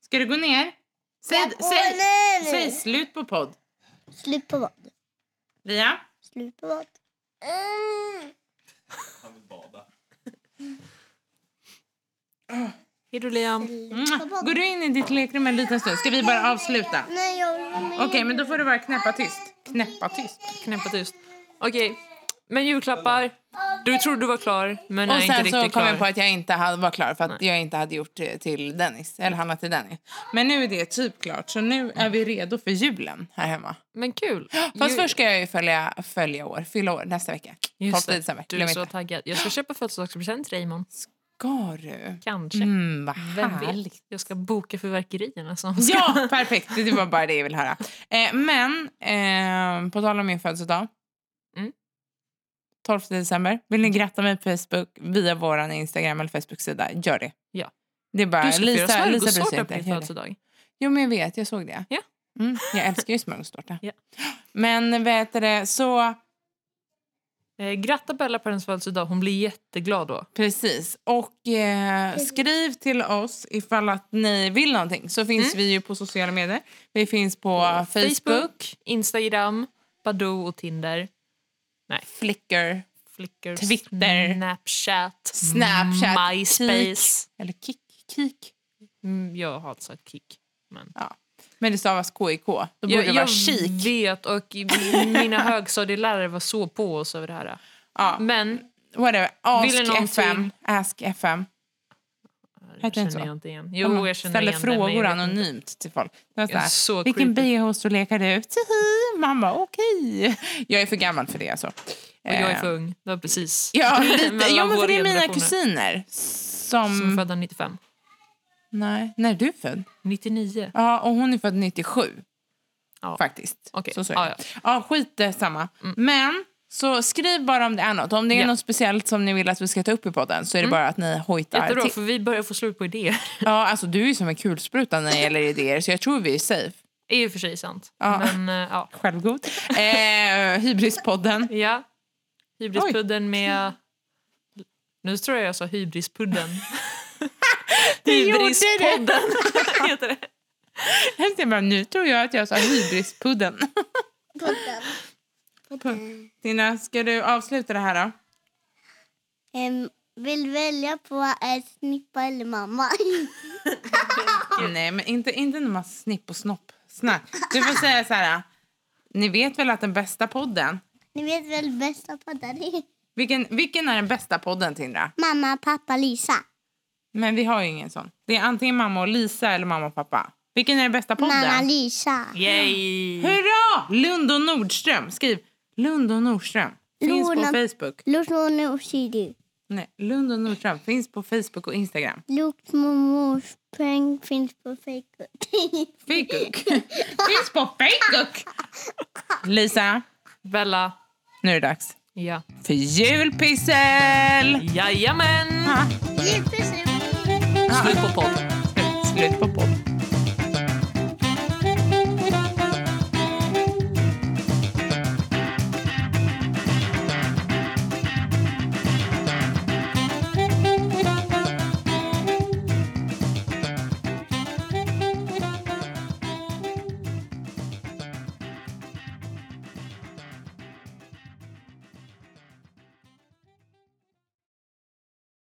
[SPEAKER 2] Ska du gå ner? Säg, säg, säg slut på podd.
[SPEAKER 4] Slut på vad?
[SPEAKER 2] Liam?
[SPEAKER 4] Slut på vad?
[SPEAKER 1] Hej då Liam.
[SPEAKER 2] Mwah. Går du in i ditt lekrum en liten stund? Ska vi bara avsluta?
[SPEAKER 4] Nej, jag vill vara med.
[SPEAKER 2] Okej, men då får du bara knäppa tyst. Knäppa tyst.
[SPEAKER 1] Knäppa tyst. Okej, men julklappar. Du trodde du var klar, men är
[SPEAKER 2] Och
[SPEAKER 1] inte
[SPEAKER 2] sen så
[SPEAKER 1] riktigt
[SPEAKER 2] kom
[SPEAKER 1] klar.
[SPEAKER 2] jag på att jag inte hade- var klar för att jag inte hade gjort eh, till Dennis. Eller handlat till Dennis. Men nu är det typ klart. Så nu är vi redo för julen här hemma.
[SPEAKER 1] Men kul.
[SPEAKER 2] Fast
[SPEAKER 1] Ju-
[SPEAKER 2] först ska jag ju följa, följa år, fylla år nästa vecka. 12
[SPEAKER 1] Just det,
[SPEAKER 2] december.
[SPEAKER 1] du är
[SPEAKER 2] Glöm
[SPEAKER 1] så
[SPEAKER 2] inte.
[SPEAKER 1] taggad. Jag ska köpa födelsedagspresent till dig imorgon.
[SPEAKER 2] Ska du?
[SPEAKER 1] Kanske.
[SPEAKER 2] Mm, vad
[SPEAKER 1] Vem
[SPEAKER 2] härligt.
[SPEAKER 1] vet? Jag ska boka fyrverkerierna. Som ska...
[SPEAKER 2] Ja, perfekt. Det var bara det jag ville höra. Eh, men, eh, på tal om min födelsedag.
[SPEAKER 1] Mm.
[SPEAKER 2] 12 december. Vill ni gratta mig på Facebook via vår Instagram eller Facebook-sida, gör det.
[SPEAKER 1] Ja.
[SPEAKER 2] Det är bara
[SPEAKER 1] Du ska få göra
[SPEAKER 2] Lisa, Lisa bryr sig
[SPEAKER 1] smörgåstårta på
[SPEAKER 2] inte.
[SPEAKER 1] din
[SPEAKER 2] Gör det.
[SPEAKER 1] födelsedag.
[SPEAKER 2] Jo, men jag vet. Jag såg det.
[SPEAKER 1] Ja.
[SPEAKER 2] Mm, jag älskar ju smörgåstårta.
[SPEAKER 1] Ja.
[SPEAKER 2] Men vet du det, så...
[SPEAKER 1] Eh, gratta Bella på hennes födelsedag. Hon blir jätteglad då.
[SPEAKER 2] Precis. Och eh, skriv till oss ifall att ni vill någonting. Så finns
[SPEAKER 1] Mm.
[SPEAKER 2] vi ju på sociala medier. Vi finns på Facebook,
[SPEAKER 1] Instagram, Badoo och Tinder.
[SPEAKER 2] Flickr,
[SPEAKER 1] Flickr,
[SPEAKER 2] Twitter.
[SPEAKER 1] Snapchat,
[SPEAKER 2] Snapchat,
[SPEAKER 1] MySpace.
[SPEAKER 2] Eller Kik. Kik.
[SPEAKER 1] Mm, jag har alltså Kik. Men.
[SPEAKER 2] Men det stavas KIK. Då borde
[SPEAKER 1] Jag,
[SPEAKER 2] det vara kik.
[SPEAKER 1] jag vet, och i-
[SPEAKER 2] [laughs]
[SPEAKER 1] mina högstadielärare var så på oss över det här.
[SPEAKER 2] Ja.
[SPEAKER 1] Men
[SPEAKER 2] Whatever.
[SPEAKER 1] Vill
[SPEAKER 2] Ask
[SPEAKER 1] du någonting?
[SPEAKER 2] FM. Ask FM.
[SPEAKER 1] Jag
[SPEAKER 2] Heter det
[SPEAKER 1] känner
[SPEAKER 2] inte så?
[SPEAKER 1] inte igen.
[SPEAKER 2] Ja,
[SPEAKER 1] Jo,
[SPEAKER 2] man
[SPEAKER 1] jag känner
[SPEAKER 2] ställer
[SPEAKER 1] igen det, men
[SPEAKER 2] frågor
[SPEAKER 1] jag vet inte.
[SPEAKER 2] anonymt till folk. Det var så
[SPEAKER 1] Ja,
[SPEAKER 2] här,
[SPEAKER 1] så
[SPEAKER 2] Vilken
[SPEAKER 1] creepy.
[SPEAKER 2] bihålstor lekar du? Tihi! Man bara okej. Jag är för gammal för det alltså.
[SPEAKER 1] Och jag är för ung. Det var precis.
[SPEAKER 2] [laughs]
[SPEAKER 1] [laughs]
[SPEAKER 2] Ja, lite.
[SPEAKER 1] Mellan
[SPEAKER 2] ja men för
[SPEAKER 1] våra
[SPEAKER 2] det är mina
[SPEAKER 1] generationer.
[SPEAKER 2] kusiner. Som...
[SPEAKER 1] Som är födda 95.
[SPEAKER 2] Nej, när är du född?
[SPEAKER 1] 99.
[SPEAKER 2] Ja, och hon är född 97.
[SPEAKER 1] Ja.
[SPEAKER 2] Faktiskt.
[SPEAKER 1] Okej.
[SPEAKER 2] Så, så är
[SPEAKER 1] Ja,
[SPEAKER 2] det. ja, Mm. skit det samma. Men så skriv bara om det är något. Om det är
[SPEAKER 1] Ja.
[SPEAKER 2] något speciellt som ni vill att vi ska ta upp i podden så är det bara att ni hojtar.
[SPEAKER 1] Jättebra,
[SPEAKER 2] till.
[SPEAKER 1] för vi börjar få slut på idéer. [laughs]
[SPEAKER 2] Ja, alltså du är ju som en kulspruta när det gäller idéer så jag tror vi är safe.
[SPEAKER 1] Det är ju för sig sant.
[SPEAKER 2] Ja.
[SPEAKER 1] Men eh, ja.
[SPEAKER 2] Självgod. Eh, hybrispodden.
[SPEAKER 1] ja. Hybrispudden med... Nu tror jag jag sa hybrispudden.
[SPEAKER 2] Du gjorde [laughs] det.
[SPEAKER 1] Hybrispodden [laughs] heter det.
[SPEAKER 2] Helst [laughs] jag bara, nu tror jag att jag sa [laughs] hybrispudden.
[SPEAKER 4] Podden.
[SPEAKER 2] Tina, ska du avsluta det här då?
[SPEAKER 4] Em, vill välja på är snippa eller mamma. [laughs]
[SPEAKER 2] Nej, men inte, inte när man snipp och snopp. Snack. Du får säga så här. Ni vet väl att den bästa podden...
[SPEAKER 4] Ni vet väl bästa podden [laughs] är?
[SPEAKER 2] Vilken, vilken är den bästa podden, Tindra?
[SPEAKER 4] Mamma, pappa, Lisa.
[SPEAKER 2] Men vi har ju ingen sån. Det är antingen mamma och Lisa eller mamma och pappa. Vilken är den bästa podden?
[SPEAKER 4] Mamma, Lisa.
[SPEAKER 1] Yay!
[SPEAKER 2] Hurra! Lund och Nordström. Skriv Lund och Nordström. Finns på
[SPEAKER 4] Lorna-
[SPEAKER 2] Facebook.
[SPEAKER 4] Lorna och Siri.
[SPEAKER 2] Nej, Lund och Nordström finns på Facebook och Instagram.
[SPEAKER 4] Lukt mormors peng finns på Facebook. [laughs]
[SPEAKER 2] Facebook. finns på Facebook. Lisa,
[SPEAKER 1] Bella.
[SPEAKER 2] nu är det dags
[SPEAKER 1] Ja.
[SPEAKER 2] för julpyssel!
[SPEAKER 1] Jajamän!
[SPEAKER 2] Ah,
[SPEAKER 4] Jättesnyggt.
[SPEAKER 1] Slut på podden.
[SPEAKER 2] slut på podd.